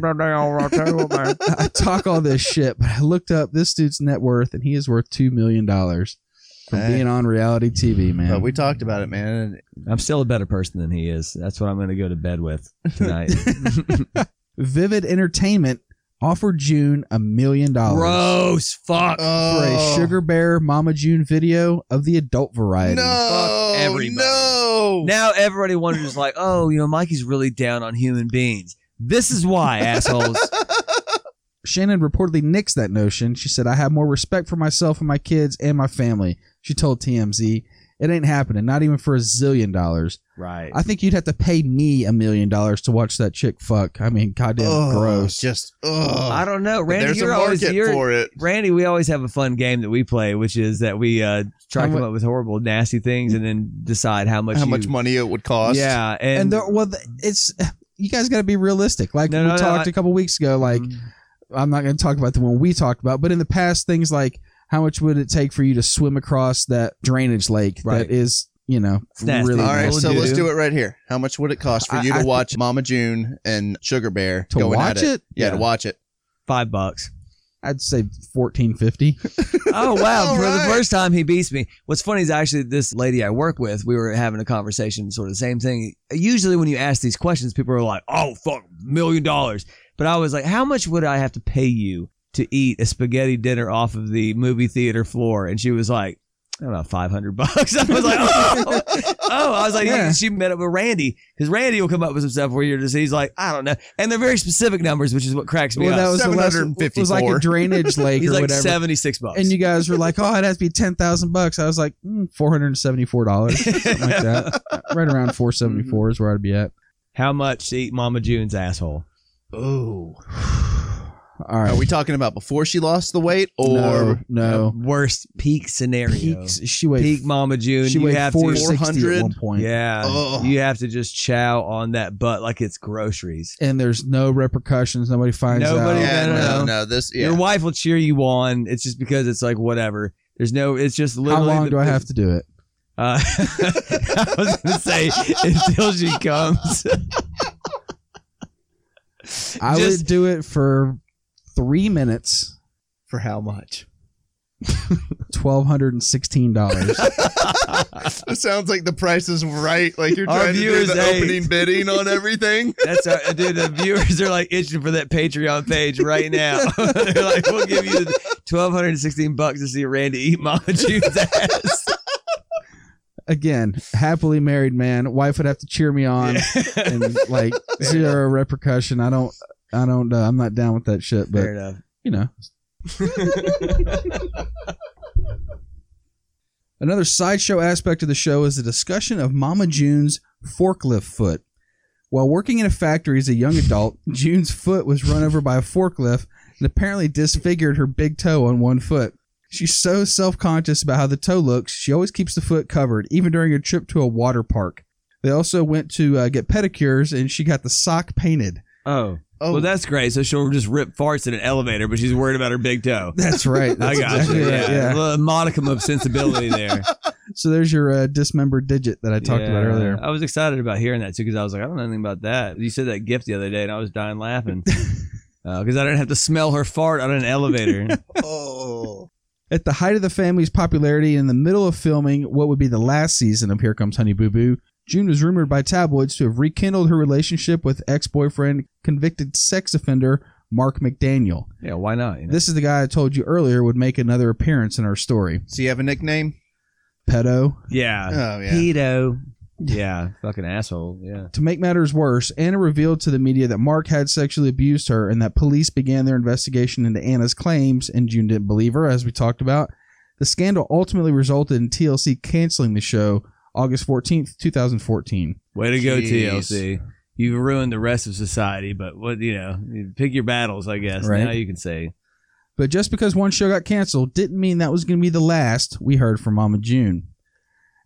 The- I talk all this shit, but I looked up this dude's net worth, and he is worth two million dollars from Hey. being on reality TV, man. But we talked about it, man. I'm still a better person than he is. That's what I'm going to go to bed with tonight. Vivid Entertainment offered June a million dollars Gross. Fuck. Oh. for a Sugar Bear Mama June video of the adult variety. No, Fuck everybody. no. now everybody wonders, like, oh, you know, Mikey's really down on human beings. This is why, assholes. Shannon reportedly nixed that notion. She said, I have more respect for myself and my kids and my family. She told TMZ, It ain't happening, not even for a zillion dollars. right. I think you'd have to pay me a million dollars to watch that chick fuck. I mean, goddamn Ugh, gross. Just I ugh. don't know, But Randy. There's a You're always market you're, for it. Randy. We always have a fun game that we play, which is that we uh, try How to come mu- up with horrible, nasty things, and then decide how much How you- much money it would cost? Yeah, And, and, there, well, th- it's you guys got to be realistic. Like No, we no, no, talked I- a couple weeks ago, like Mm, I'm not going to talk about the one we talked about, but in the past, things like how much would it take for you to swim across that drainage lake Right. that is, you know, It's nasty. really All right, We'll so do. let's do it right here. How much would it cost for I- you I to think- watch Mama June and Sugar Bear to going watch at it? it? Yeah, to Yeah. watch it. five bucks. I'd say fourteen fifty. Oh wow! All For the right. first time, he beats me. What's funny is actually this lady I work with. We were having a conversation, sort of the same thing. Usually, when you ask these questions, people are like, "Oh fuck, million dollars." But I was like, "How much would I have to pay you to eat a spaghetti dinner off of the movie theater floor?" And she was like. I don't know, five hundred bucks. I was like, oh, oh. I was like, Yeah. she met up with Randy because Randy will come up with some stuff where you're just, he's like, I don't know, and they're very specific numbers, which is what cracks me Well, that up. was the last. It was like 754. a drainage lake he's or like whatever. seventy six bucks. And you guys were like, "Oh, it has to be ten thousand bucks." I was like, mm, four hundred seventy four dollars, something like that. Right around four seventy four is where I'd be at. How much to eat Mama June's asshole? Oh, All right. are we talking about before she lost the weight, or no, Worst peak scenario. no. Peak, she weighed Mama June. she you weighed have four to. sixty at 400? one point. Yeah. Ugh. You have to just chow on that butt like it's groceries. and there's no repercussions. Nobody finds Nobody- out. Yeah, no, no, no. This, yeah. Your wife will cheer you on. It's just because it's like whatever. There's no. It's just How literally. long the- do I have to do it? Uh, I was gonna say until she comes. I Just- would do it for three minutes for how much? twelve hundred and sixteen dollars. It sounds like the price is right. Like you're Our trying to do viewers the hate. opening bidding on everything. That's our, dude. The viewers are like itching for that Patreon page right now. They're like, we'll give you the twelve hundred and sixteen bucks to see Randy eat Mama Jude's ass. Again, happily married man. Wife would have to cheer me on, and like zero repercussion. I don't. I don't. Uh, I'm not down with that shit. But Fair enough. you know. Another sideshow aspect of the show is the discussion of Mama June's forklift foot. While working in a factory as a young adult, June's foot was run over by a forklift and apparently disfigured her big toe on one foot. She's so self conscious about how the toe looks, she always keeps the foot covered, even during her trip to a water park. They also went to uh, get pedicures and she got the sock painted. Oh, Oh, well, that's great. So she'll just rip farts in an elevator, but she's worried about her big toe. That's right. I That's got exactly you. right, Yeah. A little modicum of sensibility there. So there's your uh, dismembered digit that I talked about Yeah. earlier. I was excited about hearing that too because I was like, I don't know anything about that. You said that gift the other day, and I was dying laughing because I didn't have to smell her fart on an elevator. oh. At the height of the family's popularity, in the middle of filming what would be the last season of Here Comes Honey Boo Boo, June was rumored by tabloids to have rekindled her relationship with ex-boyfriend, convicted sex offender Mark McDaniel. yeah, why not? You know? This is the guy I told you earlier would make another appearance in our story. Does he have a nickname? Pedo. yeah, Oh yeah. pedo. Yeah, fucking asshole. Yeah. To make matters worse, Anna revealed to the media that Mark had sexually abused her and that police began their investigation into Anna's claims, and June didn't believe her, as we talked about. The scandal ultimately resulted in TLC canceling the show August 14th, 2014. Way to go, Jeez. TLC. You've ruined the rest of society, but what you know, you pick your battles, I guess. Right. Now you can say But just because one show got canceled didn't mean that was going to be the last we heard from Mama June.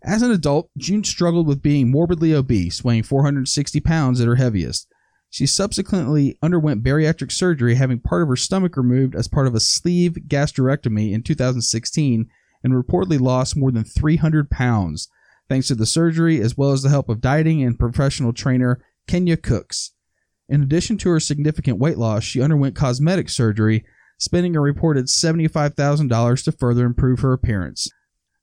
As an adult, June struggled with being morbidly obese, weighing 460 pounds at her heaviest. She subsequently underwent bariatric surgery, having part of her stomach removed as part of a sleeve gastrectomy in 2016, and reportedly lost more than 300 pounds thanks to the surgery, as well as the help of dieting and professional trainer Kenya Cooks. In addition to her significant weight loss, she underwent cosmetic surgery spending a reported $75,000 to further improve her appearance.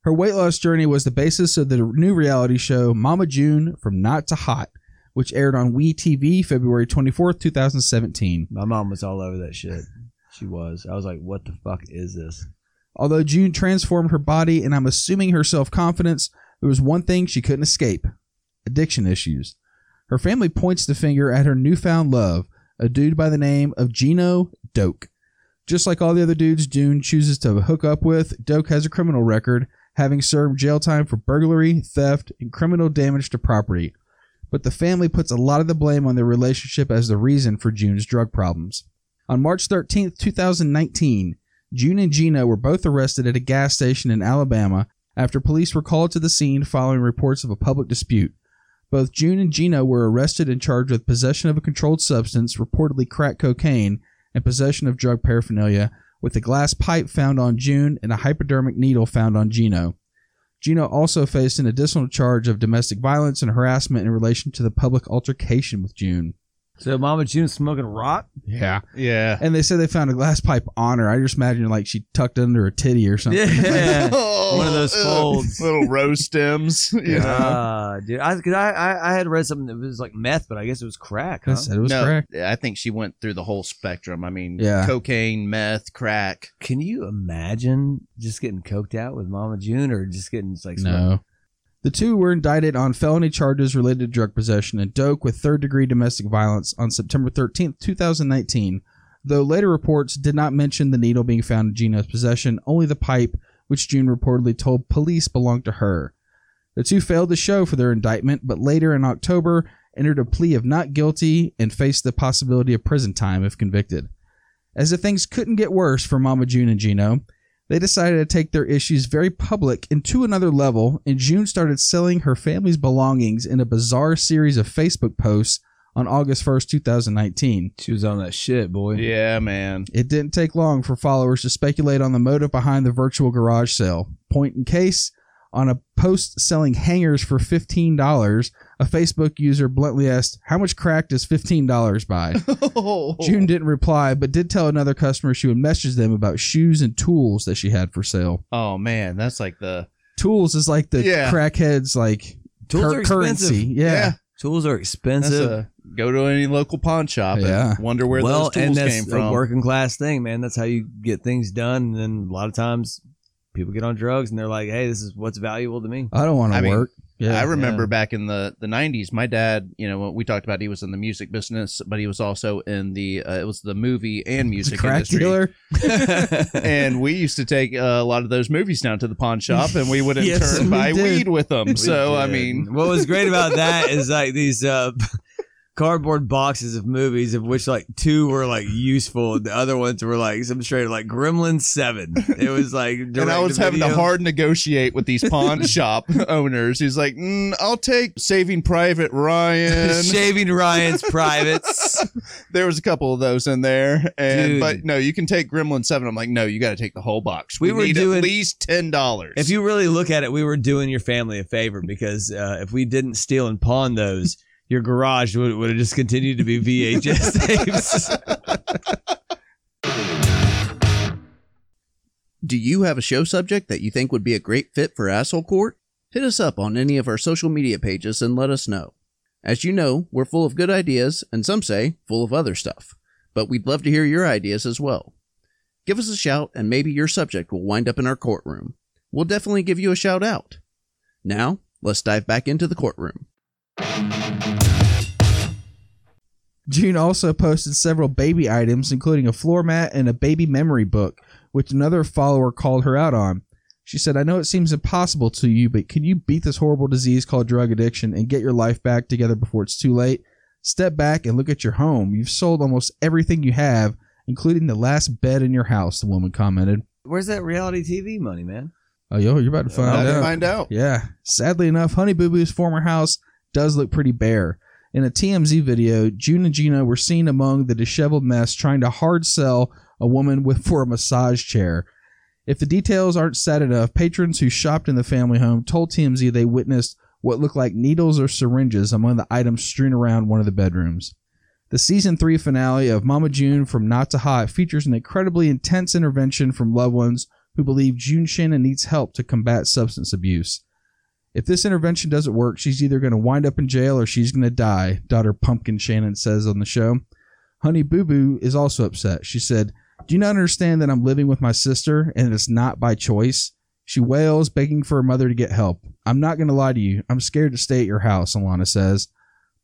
Her weight loss journey was the basis of the new reality show Mama June From Not to Hot, which aired on WE TV February 24th, 2017. my mom was all over that shit. She was. I was like, what the fuck is this? Although June transformed her body and I'm assuming her self confidence, there was one thing she couldn't escape addiction issues. Her family points the finger at her newfound love, a dude by the name of Gino Doak. Just like all the other dudes June chooses to hook up with, Doak has a criminal record, having served jail time for burglary, theft, and criminal damage to property. But the family puts a lot of the blame on their relationship as the reason for June's drug problems. On March 13th, 2019, June and Gino were both arrested at a gas station in Alabama after police were called to the scene following reports of a public dispute. Both June and Gino were arrested and charged with possession of a controlled substance, reportedly crack cocaine, and possession of drug paraphernalia, with a glass pipe found on June and a hypodermic needle found on Gino. Gino also faced an additional charge of domestic violence and harassment in relation to the public altercation with June. So Mama June smoking rock? Yeah. Yeah. And they said they found a glass pipe on her. I just imagine like she tucked under a titty or something. Yeah. Oh, One of those ugh. folds. little row stems. You know? Ah, dude, I, cause I, I I had read something that was like meth, but I guess it was crack. I Huh? said it was no, correct. I think she went through the whole spectrum. I mean, Yeah. cocaine, meth, crack. Can you imagine just getting coked out with Mama June, or just getting like No. The two were indicted on felony charges related to drug possession and Doak with third degree domestic violence on September 13th, 2019, though later reports did not mention the needle being found in Gino's possession, only the pipe, which June reportedly told police belonged to her. The two failed to show for their indictment, but later in October entered a plea of not guilty and faced the possibility of prison time if convicted. As if things couldn't get worse for Mama June and Gino, they decided to take their issues very public and to another level, and June started selling her family's belongings in a bizarre series of Facebook posts on August 1st, 2019. She was on that shit, boy. Yeah, man. It didn't take long for followers to speculate on the motive behind the virtual garage sale. Point in case, on a post selling hangers for $15, a Facebook user bluntly asked, How much crack does $15 buy? Oh. June didn't reply, but did tell another customer she would message them about shoes and tools that she had for sale. Oh man, that's like the Tools is like the Yeah. crackheads, like Tools cur- are expensive. currency. Yeah. Tools are That's expensive. a, go to any local pawn shop Yeah. and wonder where well, those tools and that's came a from. working class thing, man. That's how you get things done. And then a lot of times people get on drugs and they're like, hey, this is what's valuable to me. I don't want I to mean, work. yeah. I remember back in the the nineties, my dad. You know, we talked about he was in the music business, but he was also in the uh, it was the movie and music crack industry. dealer. And we used to take uh, a lot of those movies down to the pawn shop, and we would in Yes, turn we buy did. weed with them. We so I did. mean, what was great about that is like these uh, cardboard boxes of movies, of which like two were like useful, and the other ones were like some straight like Gremlin Seven. It was like, and I was having to direct-to-video. hard negotiate with these pawn shop owners. He's like, mm, "I'll take Saving Private Ryan." shaving Ryan's privates. there was a couple of those in there, and Dude. but no, you can take Gremlin Seven. I'm like, no, you got to take the whole box. We We, were need doing- at least ten dollars. If you really look at it, we were doing your family a favor because uh, if we didn't steal and pawn those, your garage would, would have just continued to be VHS tapes. Do you have a show subject that you think would be a great fit for Asshole Court? Hit us up on any of our social media pages and let us know. As you know, we're full of good ideas, and some say full of other stuff, but we'd love to hear your ideas as well. Give us a shout, and maybe your subject will wind up in our courtroom. We'll definitely give you a shout out. Now, let's dive back into the courtroom. June also posted several baby items, including a floor mat and a baby memory book, which another follower called her out on. She said, I know it seems impossible to you, but can you beat this horrible disease called drug addiction and get your life back together before it's too late? Step back and look at your home. You've sold almost everything you have, including the last bed in your house, the woman commented. Where's that reality TV money, man? Oh, yo, you're about to find out. out. Yeah. Sadly enough, Honey Boo Boo's former house does look pretty bare. In a TMZ video, June and Gina were seen among the disheveled mess trying to hard sell a woman with for a massage chair. If the details aren't sad enough, patrons who shopped in the family home told TMZ they witnessed what looked like needles or syringes among the items strewn around one of the bedrooms. The season three finale of Mama June from Not to Hot features an incredibly intense intervention from loved ones who believe June Shannon needs help to combat substance abuse. If this intervention doesn't work, she's either going to wind up in jail or she's going to die, daughter Pumpkin Shannon says on the show. Honey Boo Boo is also upset. She said, Do you not understand that I'm living with my sister and it's not by choice? She wails, begging for her mother to get help. I'm not going to lie to you. I'm scared to stay at your house, Alana says.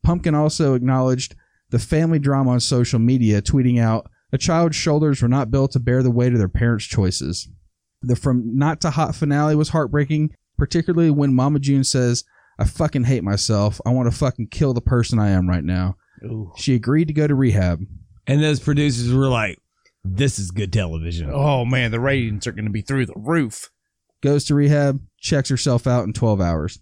Pumpkin also acknowledged the family drama on social media, tweeting out, A child's shoulders were not built to bear the weight of their parents' choices. The From Not to Hot finale was heartbreaking, particularly when Mama June says, I fucking hate myself. I want to fucking kill the person I am right now. She agreed to go to rehab. And those producers were like, this is good television. Oh man, the ratings are going to be through the roof. Goes to rehab, checks herself out in 12 hours.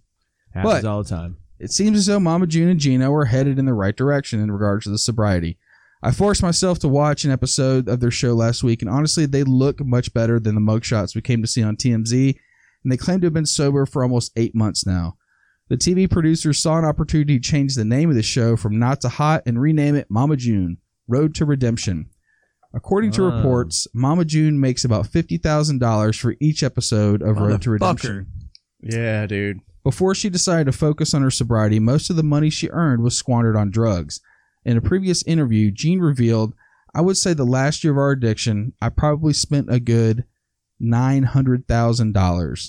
Happens but- all the time. It seems as though Mama June and Gino are headed in the right direction in regards to the sobriety. I forced myself to watch an episode of their show last week, and honestly, they look much better than the mugshots we came to see on TMZ, and they claim to have been sober for almost eight months now. The TV producers saw an opportunity to change the name of the show from Not to Hot and rename it Mama June Road to Redemption. According to Oh. reports, Mama June makes about $50,000 for each episode of Road to Redemption. Yeah, dude. Before she decided to focus on her sobriety, most of the money she earned was squandered on drugs. In a previous interview, Jean revealed, I would say the last year of our addiction, I probably spent a good $900,000.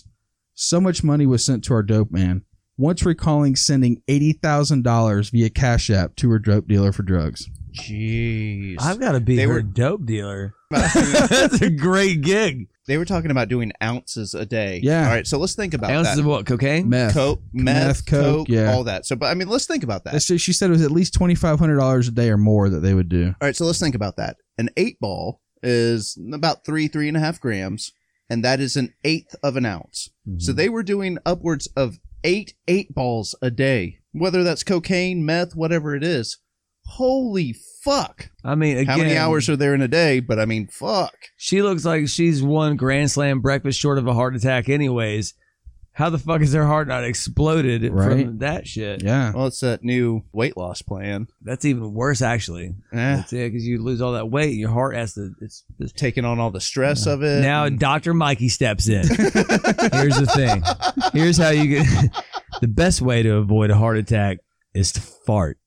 So much money was sent to our dope man, once recalling sending $80,000 via Cash App to her dope dealer for drugs. Jeez. I've got to be They her were- dope dealer. That's a great gig. they were talking about doing ounces a day. Yeah. All right, so let's think about Ounces that. of what? Cocaine? Meth. coke, meth, Meth, coke, coke, yeah. all that. So, but I mean, let's think about that. That's- She said it was at least $2,500 a day or more that they would do. all right, so let's think about that. An eight ball is about three, three and a half grams, and that is an eighth of an ounce. Mm-hmm. Hmm. So they were doing upwards of eight eight balls a day, whether that's cocaine, meth, whatever it is. Holy fuck! I mean, again, How many hours are there in a day? But I mean, fuck. She looks like she's one Grand Slam breakfast short of a heart attack, anyways. How the fuck is their heart not exploded from Right. that shit? Yeah. Well, it's that new weight loss plan. That's even worse, actually. Eh, That's it, because you lose all that weight. Your heart has to. It's, it's taking on all the stress of Uh, it. now mm. and- Dr. Mikey steps in. Here's the thing. Here's how you get the best way to avoid a heart attack is to fart.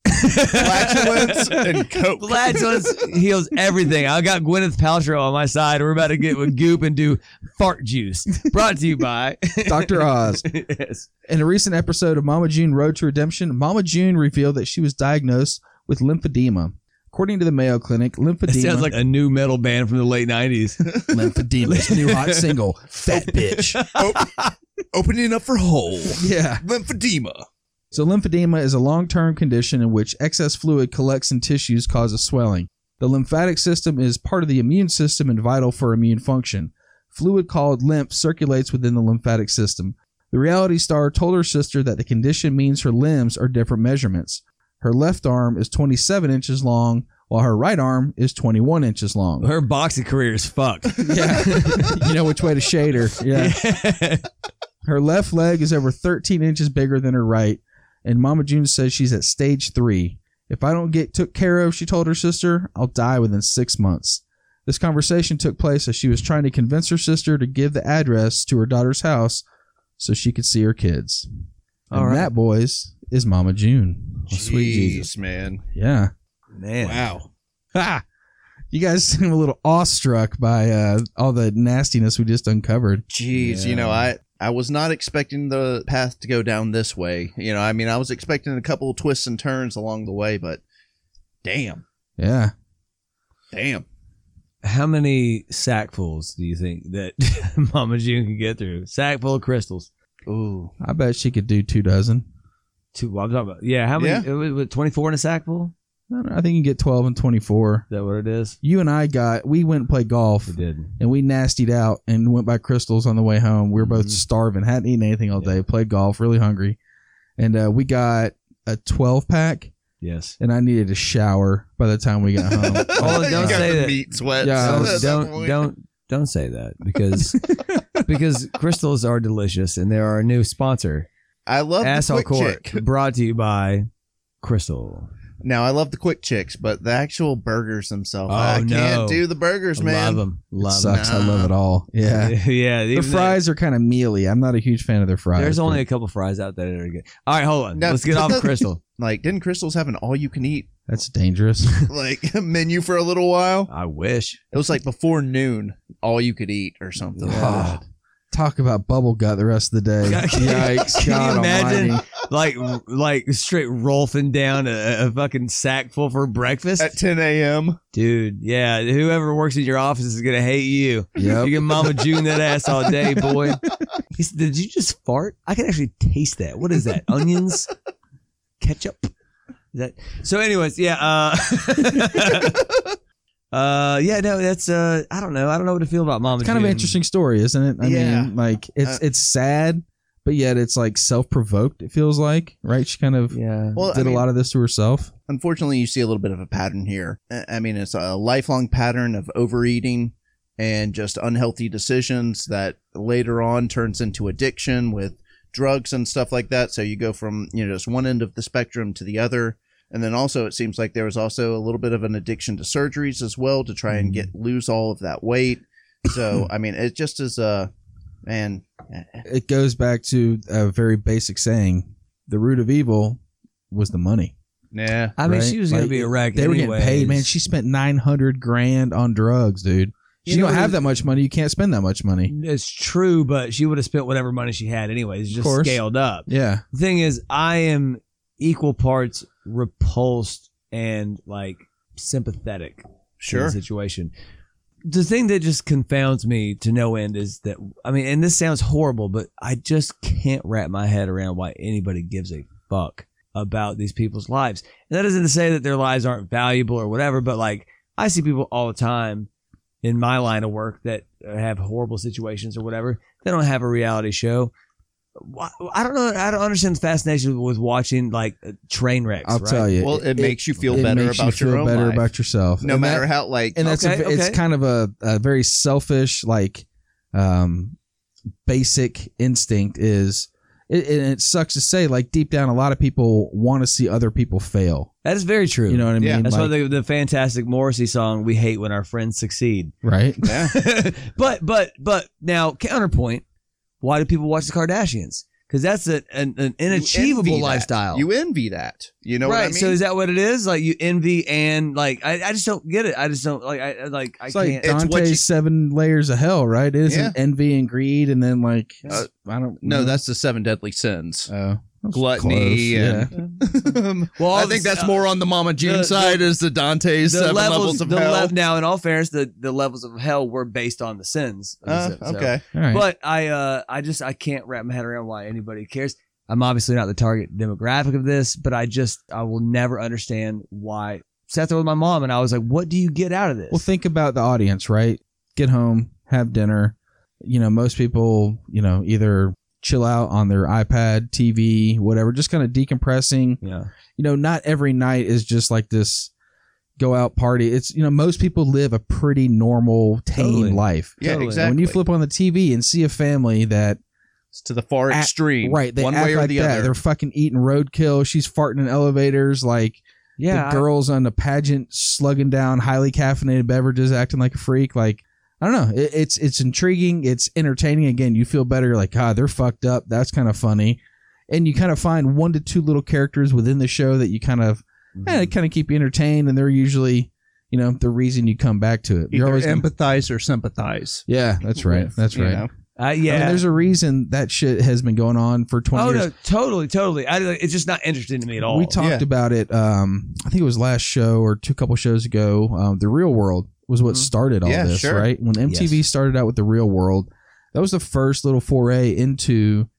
flatulence and coke. Flatulence heals everything. I got Gwyneth Paltrow on my side. We're about to get with Goop and do fart juice. Brought to you by Dr. Oz. yes. In a recent episode of Mama June Road to Redemption, Mama June revealed that she was diagnosed with lymphedema. According to the Mayo Clinic, It lymphedema sounds like a new metal band from the late nineties. lymphedema's new hot single, Fat Bitch. Opening up for hole. Yeah. Lymphedema. So lymphedema is a long-term condition in which excess fluid collects in tissues causes swelling. The lymphatic system is part of the immune system and vital for immune function. Fluid called lymph circulates within the lymphatic system. The reality star told her sister that the condition means her limbs are different measurements. Her left arm is 27 inches long, while her right arm is 21 inches long. Her boxing career is fucked. Yeah. you know which way to shade her. Yeah. Her left leg is over 13 inches bigger than her right, and Mama June says she's at stage three. If I don't get took care of, she told her sister, I'll die within six months. This conversation took place as she was trying to convince her sister to give the address to her daughter's house so she could see her kids. All and right. that, boys, is Mama June. Oh, Oh, Jeez, man. Yeah. Man. Wow. Ha! You guys seem a little awestruck by uh, all the nastiness we just uncovered. Jeez, you know, I I was not expecting the path to go down this way. You know, I mean, I was expecting a couple of twists and turns along the way, but damn, Yeah. damn. How many sackfuls do you think that Mama June can get through? Sackful of crystals. Ooh, I bet she could do two dozen. Two. Well, I'm talking about. Yeah. How many? Yeah. It was, what, 24 in a sackful. I don't know, I think you can get 12 and 24. Is that what it is? You and I got, we went and played golf We did. and we nastied out and went by crystals on the way home. We were both Mhm. starving, hadn't eaten anything all day, played golf, really hungry. And uh, we got a 12 pack Yes. and I needed a shower by the time we got home. Oh, You don't got say the that. Meat sweats. Yeah, at Don't that don't point. don't, don't say that because because crystals are delicious and they're our new sponsor. I love the Asshole quick Court chick. brought to you by Crystal. Now I love the quick chicks, but the actual burgers themselves, Oh, I no. can't do the burgers, man. Love them. Love 'em. Sucks. I love it all. Yeah. yeah. Their even though- fries are kind of mealy. I'm not a huge fan of their fries. There's but- only a couple fries out there that are good. All right, hold on. No. Let's get off Crystal. Like, didn't Crystals have an all-you-can-eat that's dangerous. like menu for a little while? I wish. It was like before noon, all you could eat or something. Yeah. Talk about bubble gut the rest of the day. Can- Yikes! can you God imagine? Almighty. Like, like straight rolfing down a, a fucking sack full for breakfast, At 10 a.m. dude. Yeah, whoever works in your office is gonna hate you. Yep. You can Mama June that ass all day, boy. He said, "Did you just fart? I can actually taste that. What is that? Onions, ketchup? Is that so? Anyways, yeah. Uh, uh, yeah. No, that's. Uh, I don't know. I don't know what to feel about Mama. It's kind of June. an interesting story, isn't it? I Yeah. mean, like it's Uh, it's sad, but yet it's like self provoked. It feels like right. She kind of Yeah. Well, I did mean, a lot of this to herself. unfortunately, you see a little bit of a pattern here. I I mean, it's a lifelong pattern of overeating and just unhealthy decisions that later on turns into addiction with drugs and stuff like that. So you go from, you know, just one end of the spectrum to the other. And then also it seems like there was also a little bit of an addiction to surgeries as well to try and get lose all of that weight. So, I mean, it just is uh, man, It goes back to a very basic saying: the root of evil was the money. nah. I mean, Right? she was gonna Like, be a wreck. They were getting paid, anyways. man. She spent nine hundred grand on drugs, dude. You You know don't have what- that much money. You can't spend that much money. It's true, but she would have spent whatever money she had anyways, just course. scaled up. Yeah, The thing is, I am equal parts repulsed and like sympathetic to Sure. the situation. The thing that just confounds me to no end is that I mean, and this sounds horrible, but I just can't wrap my head around why anybody gives a fuck about these people's lives. And that isn't to say that their lives aren't valuable or whatever, but like I see people all the time in my line of work that have horrible situations or whatever. They don't have a reality show. Why- I don't know. I don't understand the fascination with watching like train wrecks. I'll right? tell you. Well, it, makes you feel it better makes you about your feel own better life. about yourself. no And that- matter how, like, and that's a, Okay, it's okay. kind of a, a very selfish like um basic instinct is, it, and it sucks to say, like deep down, a lot of people want to see other people fail. That is very true. You know what I Yeah. mean? That's why Like, the, the fantastic Morrissey song "We Hate When Our Friends Succeed." right? Yeah. but but but now counterpoint: Why do people watch the Kardashians? Because that's a, an an You inachievable envy that. lifestyle. You envy that. You know right? what I mean? So is that what it is? Like you envy and like I, I just don't get it. I just don't like I I- like I It's can't. like It's what Dante's you- seven layers of hell, right? It isn't Yeah. envy and greed, and then like Uh, I don't no, that's the seven deadly sins. oh, that's close, Gluttony. yeah. and- well, all I think this- that's more on the Mama June the- side is the Dante's seven levels, of the hell. lev- now, in all fairness, the, the levels of hell were based on the sins. of the Uh, sins, so. okay. All right. But I, uh, I just, I can't wrap my head around why anybody cares. I'm obviously not the target demographic of this, but I just, I will never understand why. Sat there with my mom, and I was like, "What do you get out of this?" Well, think about the audience, right? Get home, have dinner. You know, most people, you know, either chill out on their iPad, TV, whatever, just kind of decompressing. yeah, You know, not every night is just like this go out party. It's, you know, most people live a pretty normal, tame Totally. life. Yeah, Totally. exactly. When you flip on the TV and see a family that, It's to the far Act- extreme, right, they one act way or like the that. other. They're fucking eating roadkill. She's farting in elevators. Like, yeah. the girls on the pageant slugging down highly caffeinated beverages, acting like a freak. Like I don't know, it, it's it's intriguing, it's entertaining. Again, you feel better. You're like, God, they're fucked up. That's kind of funny, and you kind of find one to two little characters within the show that you kind of eh, kind of keep you entertained, and they're usually you know the reason you come back to it. You're always gonna- empathize or sympathize. yeah, that's right, with, that's you right. know. I- I yeah. mean, there's a reason that shit has been going on for 20 oh years. no, totally, totally. I, it's just not interesting to me at all. We talked Yeah. about it. Um, I think it was last show or two couple shows ago. Um, the Real World was what Mhm. started all Mm-hmm. Yeah, this, sure. right? When MTV Yes. started out with the Real World, that was the first little foray into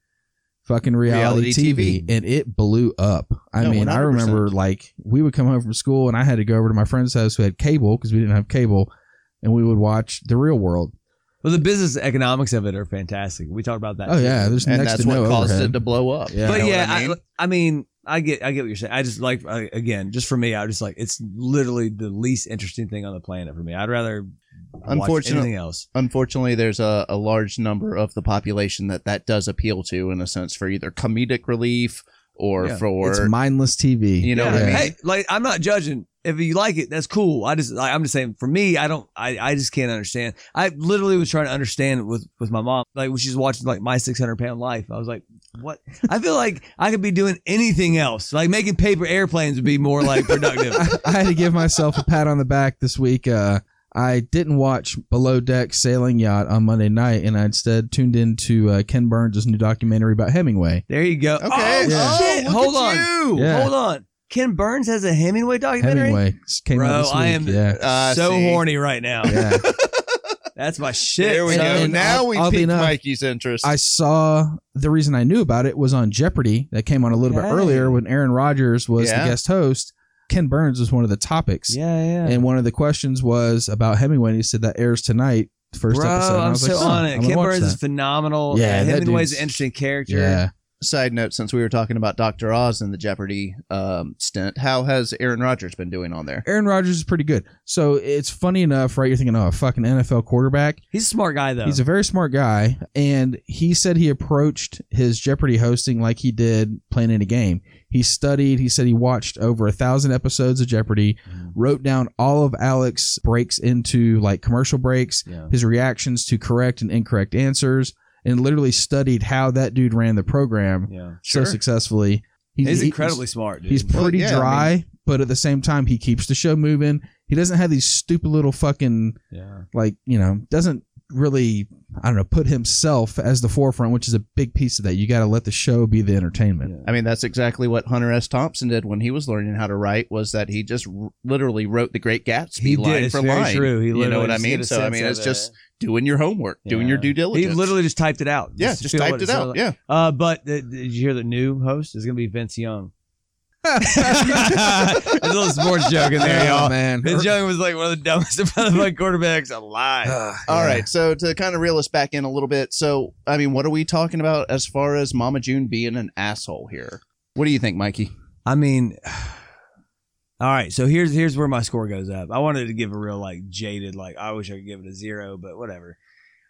fucking reality, Reality TV, and it blew up. I No, mean, I 100%. remember like we would come home from school, and I had to go over to my friend's house who had cable because we didn't have cable, and we would watch the Real World. well, the business economics of it are fantastic. We talked about that. Oh too. yeah, there's And next that's to what no caused overhead. it to blow up. You Yeah. but know yeah, what I, I mean, I get, I get what you're saying. I just like, I, again, just for me, I just like it's literally the least interesting thing on the planet for me. I'd rather watch Unfortunate- anything else. unfortunately there's a, a large number of the population that that does appeal to in a sense for either comedic relief or Yeah. it's for mindless TV. you know yeah. what I mean? Hey, like I'm not judging. If you like it, that's cool. I just, like, I'm just saying. For me, I don't, I, I just can't understand. I literally was trying to understand with with my mom, like when she's watching like my 600 pound life. I was like, what? I feel like I could be doing anything else. Like making paper airplanes would be more like productive. I, I had to give myself a pat on the back this week. Uh, I didn't watch Below Deck Sailing Yacht on Monday night, and I instead tuned in to uh, Ken Burns' new documentary about Hemingway. there you go. okay Oh, Yeah. shit. look Hold on. at you. Yeah. Hold on. Ken Burns has a Hemingway documentary. Hemingway came Bro, out this week. I am- yeah. Uh, so see. horny right now. yeah. That's my shit. there we So- go and now odd- we oddly piqued enough, mikey's interest I saw the reason I knew about it was on Jeopardy that came on a little bit Hey. earlier when Aaron Rodgers was Yeah. the guest host. Ken Burns was one of the topics. Yeah, And one of the questions was about Hemingway. and He said that airs tonight, first Bro, episode. And I I'm was like, so "Huh, on I'm it. gonna Ken watch Burns is that." phenomenal. Yeah, Uh, that Hemingway's dude's- an interesting character. Yeah. side note since we were talking about dr oz and the jeopardy um, stint how has aaron Rodgers been doing on there Aaron Rodgers is pretty good. So it's funny enough, right? You're thinking, oh, a fucking NFL quarterback. He's a smart guy though. He's a very smart guy. And he said he approached his Jeopardy hosting like he did playing in a game. He studied, he said he watched over a thousand episodes of Jeopardy, Mm-hmm. wrote down all of Alex breaks into like commercial breaks, yeah. his reactions to correct and incorrect answers, and literally studied how that dude ran the program Yeah. Sure. so successfully. He- He's he- incredibly smart, dude. He's pretty yeah, I dry, but at the same time, he keeps the show moving. He doesn't have these stupid little fucking yeah. like you know doesn't really I don't know put himself as the forefront, which is a big piece of that. You got to let the show be the entertainment. I mean, that's exactly what Hunter S. Thompson did when he was learning how to write. Was that he just r- literally wrote The Great Gatsby He line did. It's for very line? true. He you know literally what I just mean? get a So I sense mean, of it's it. just doing your homework, doing Yeah. your due He diligence. literally just typed it out. yeah, to just feel typed what it out. sounded Yeah, like. Uh, but uh, did you hear the new host is going to be Vince Young. There's a little sports joke in there, Oh, y'all. man. Vince Young was like one of the dumbest motherfucking quarterbacks alive. All right, so to kind of reel us back in a little bit, so I mean, what are we talking about as far as Mama June being an asshole here? What do you think, Mikey? I mean, all right. So here's here's where my score goes up. I wanted to give a real like jaded like I wish I could give it a zero, but whatever.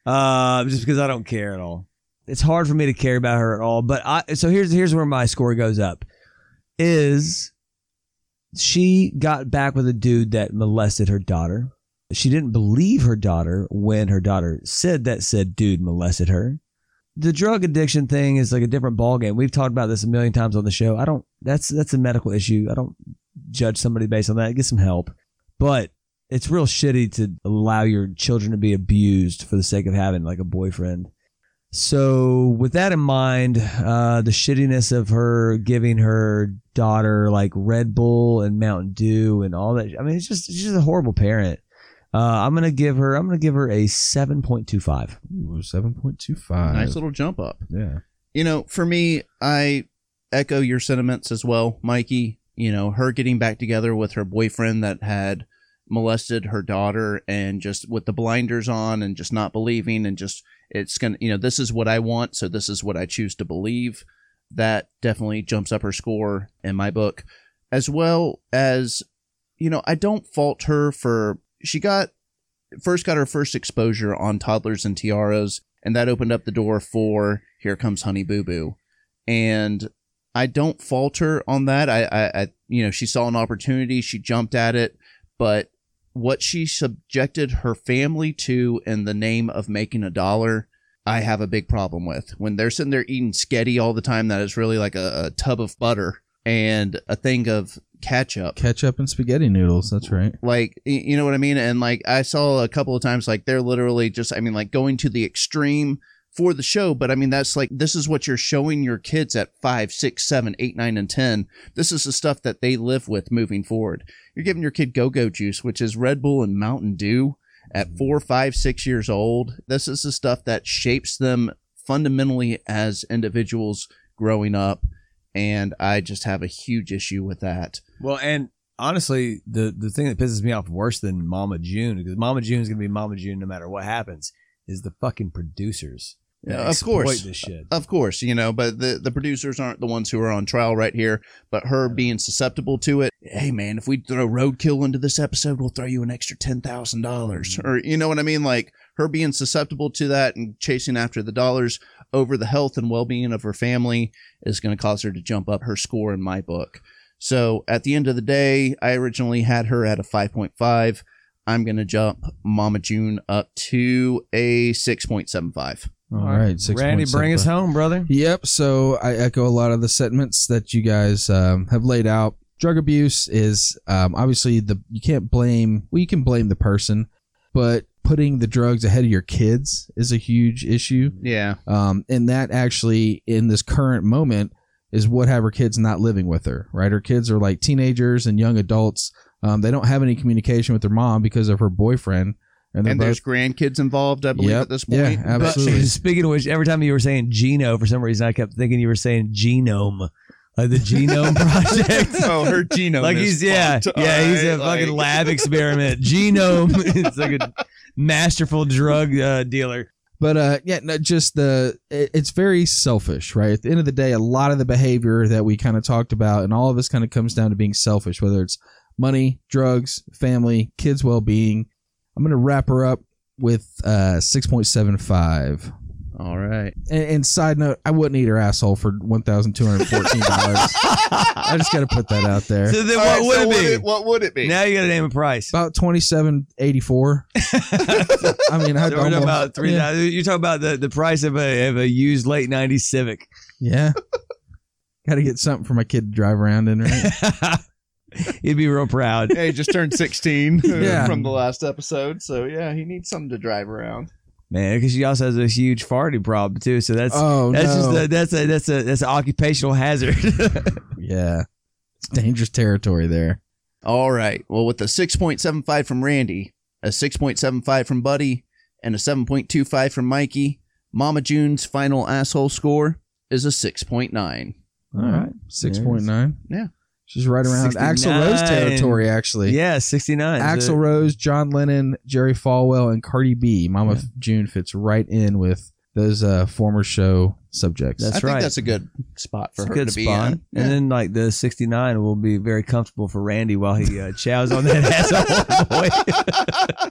uh, just because I don't care at all. It's hard for me to care about her at all. But I so here's here's where my score goes up. Is she got back with a dude that molested her daughter? She didn't believe her daughter when her daughter said that said dude molested her. The drug addiction thing is like a different ballgame. We've talked about this a million times on the show. I don't. That's that's a medical issue. I don't judge somebody based on that. Get some help. But it's real shitty to allow your children to be abused for the sake of having like a boyfriend. So with that in mind, uh, the shittiness of her giving her daughter like Red Bull and Mountain Dew and all that. I mean, it's just she's a horrible parent. Uh, I'm gonna give her. I'm gonna give her a seven point two five. Ooh, seven point two five. nice little jump up. yeah. You know, for me, I echo your sentiments as well, Mikey. You know, her getting back together with her boyfriend that had molested her daughter and just with the blinders on and just not believing and just it's gonna you know, this is what I want, so this is what I choose to believe. That definitely jumps up her score in my book. As well as, you know, I don't fault her for she got first got her first exposure on toddlers and tiaras, and that opened up the door for Here Comes Honey Boo Boo. And I don't fault her on that. I, I, I, you know, she saw an opportunity, she jumped at it, but what she subjected her family to in the name of making a dollar, I have a big problem with. When they're sitting there eating sketty all the time, that is really like a, a tub of butter and a thing of ketchup Ketchup and spaghetti noodles. That's right. like y- you know what i mean and like i saw a couple of times like they're literally just i mean like going to the extreme for the show but i mean that's like this is what you're showing your kids at five six seven eight nine and 10 this is the stuff that they live with moving forward you're giving your kid go-go juice which is red bull and mountain dew at four five six years old this is the stuff that shapes them fundamentally as individuals growing up and i just have a huge issue with that Well, and honestly, the the thing that pisses me off worse than Mama June because Mama June's gonna be Mama June no matter what happens is the fucking producers. that Yeah, of exploit course. this shit. Of course, you know, but the, the producers aren't the ones who are on trial right here, but her being susceptible to it. Hey, man, if we throw roadkill into this episode, we'll throw you an extra $10,000. dollars Or, you know what I mean? Like her being susceptible to that and chasing after the dollars over the health and well being of her family is going to cause her to jump up her score in my book. So at the end of the day, I originally had her at a 5.5. I'm going to jump Mama June up to a 6.75. All right. Six Randy, bring us home, brother. Yep. So I echo a lot of the sentiments that you guys um, have laid out. Drug abuse is um, obviously the you can't blame. Well, you can blame the person, but putting the drugs ahead of your kids is a huge issue. Yeah. Um, and that actually, in this current moment, is what have her kids not living with her, right? Her kids are like teenagers and young adults. Um, they don't have any communication with their mom because of her boyfriend, and they're and both there's grandkids involved, I believe, Yep. at this point. Yeah, absolutely. But speaking of which, every time you were saying Geno, for some reason I kept thinking you were saying genome, like the genome project. oh, her genome. like is he's yeah, fucked, yeah, he's a alright, fucking like- lab experiment. genome, it's like a masterful drug uh, dealer. But uh, yeah, no, just the it- it's very selfish, right? At the end of the day, a lot of the behavior that we kind of talked about, and all of this kind of comes down to being selfish, whether it's money, drugs, family, kids' well-being. I'm gonna wrap her up with uh, 6.75. All right. And, and side note, I wouldn't eat her asshole for one thousand two hundred fourteen dollars. I just gotta put that out there. So then, All right, what would so it be? what would it be? Now you got to name a price. About twenty-seven eighty-four. I mean, I So we're talking about three Yeah, thousand. You're talking about the, the price of a of a used late '90s Civic. yeah. gotta get something for my kid to drive around in, right? He'd be real proud. hey, just turned 16 uh, Yeah. from the last episode. So, yeah, he needs something to drive around. man, because she also has a huge farting problem too. So that's oh that's no. just a, that's a that's a that's an occupational hazard. Yeah. It's dangerous territory there. All right. Well, with a 6.75 from Randy, a 6.75 from Buddy, and a 7.25 from Mikey, Mama June's final asshole score is a 6.9. All right. 6.9. Yeah. She's right around 69. Axl Rose territory, actually. yeah, sixty nine. Axl Rose, John Lennon, Jerry Falwell, and Cardi B. Mama June fits right in with those uh, former show subjects. I That's think right. that's a good spot for It's a her good to be spot. in. And then like the 69 will be very comfortable for Randy while he uh, chows on that asshole boy.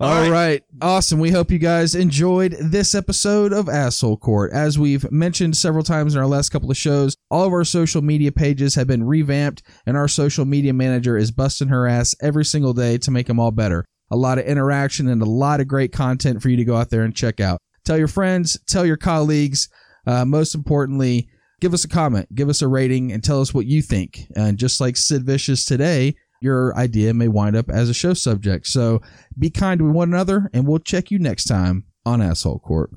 All right. Awesome. We hope you guys enjoyed this episode of Asshole Court. As we've mentioned several times in our last couple of shows, all of our social media pages have been revamped, and our social media manager is busting her ass every single day to make them all better. A lot of interaction and a lot of great content for you to go out there and check out. Tell your friends, tell your colleagues. Uh, most importantly, give us a comment, give us a rating, and tell us what you think. And just like Sid Vicious today, your idea may wind up as a show subject. So, be kind to one another, and we'll check you next time on Asshole Court.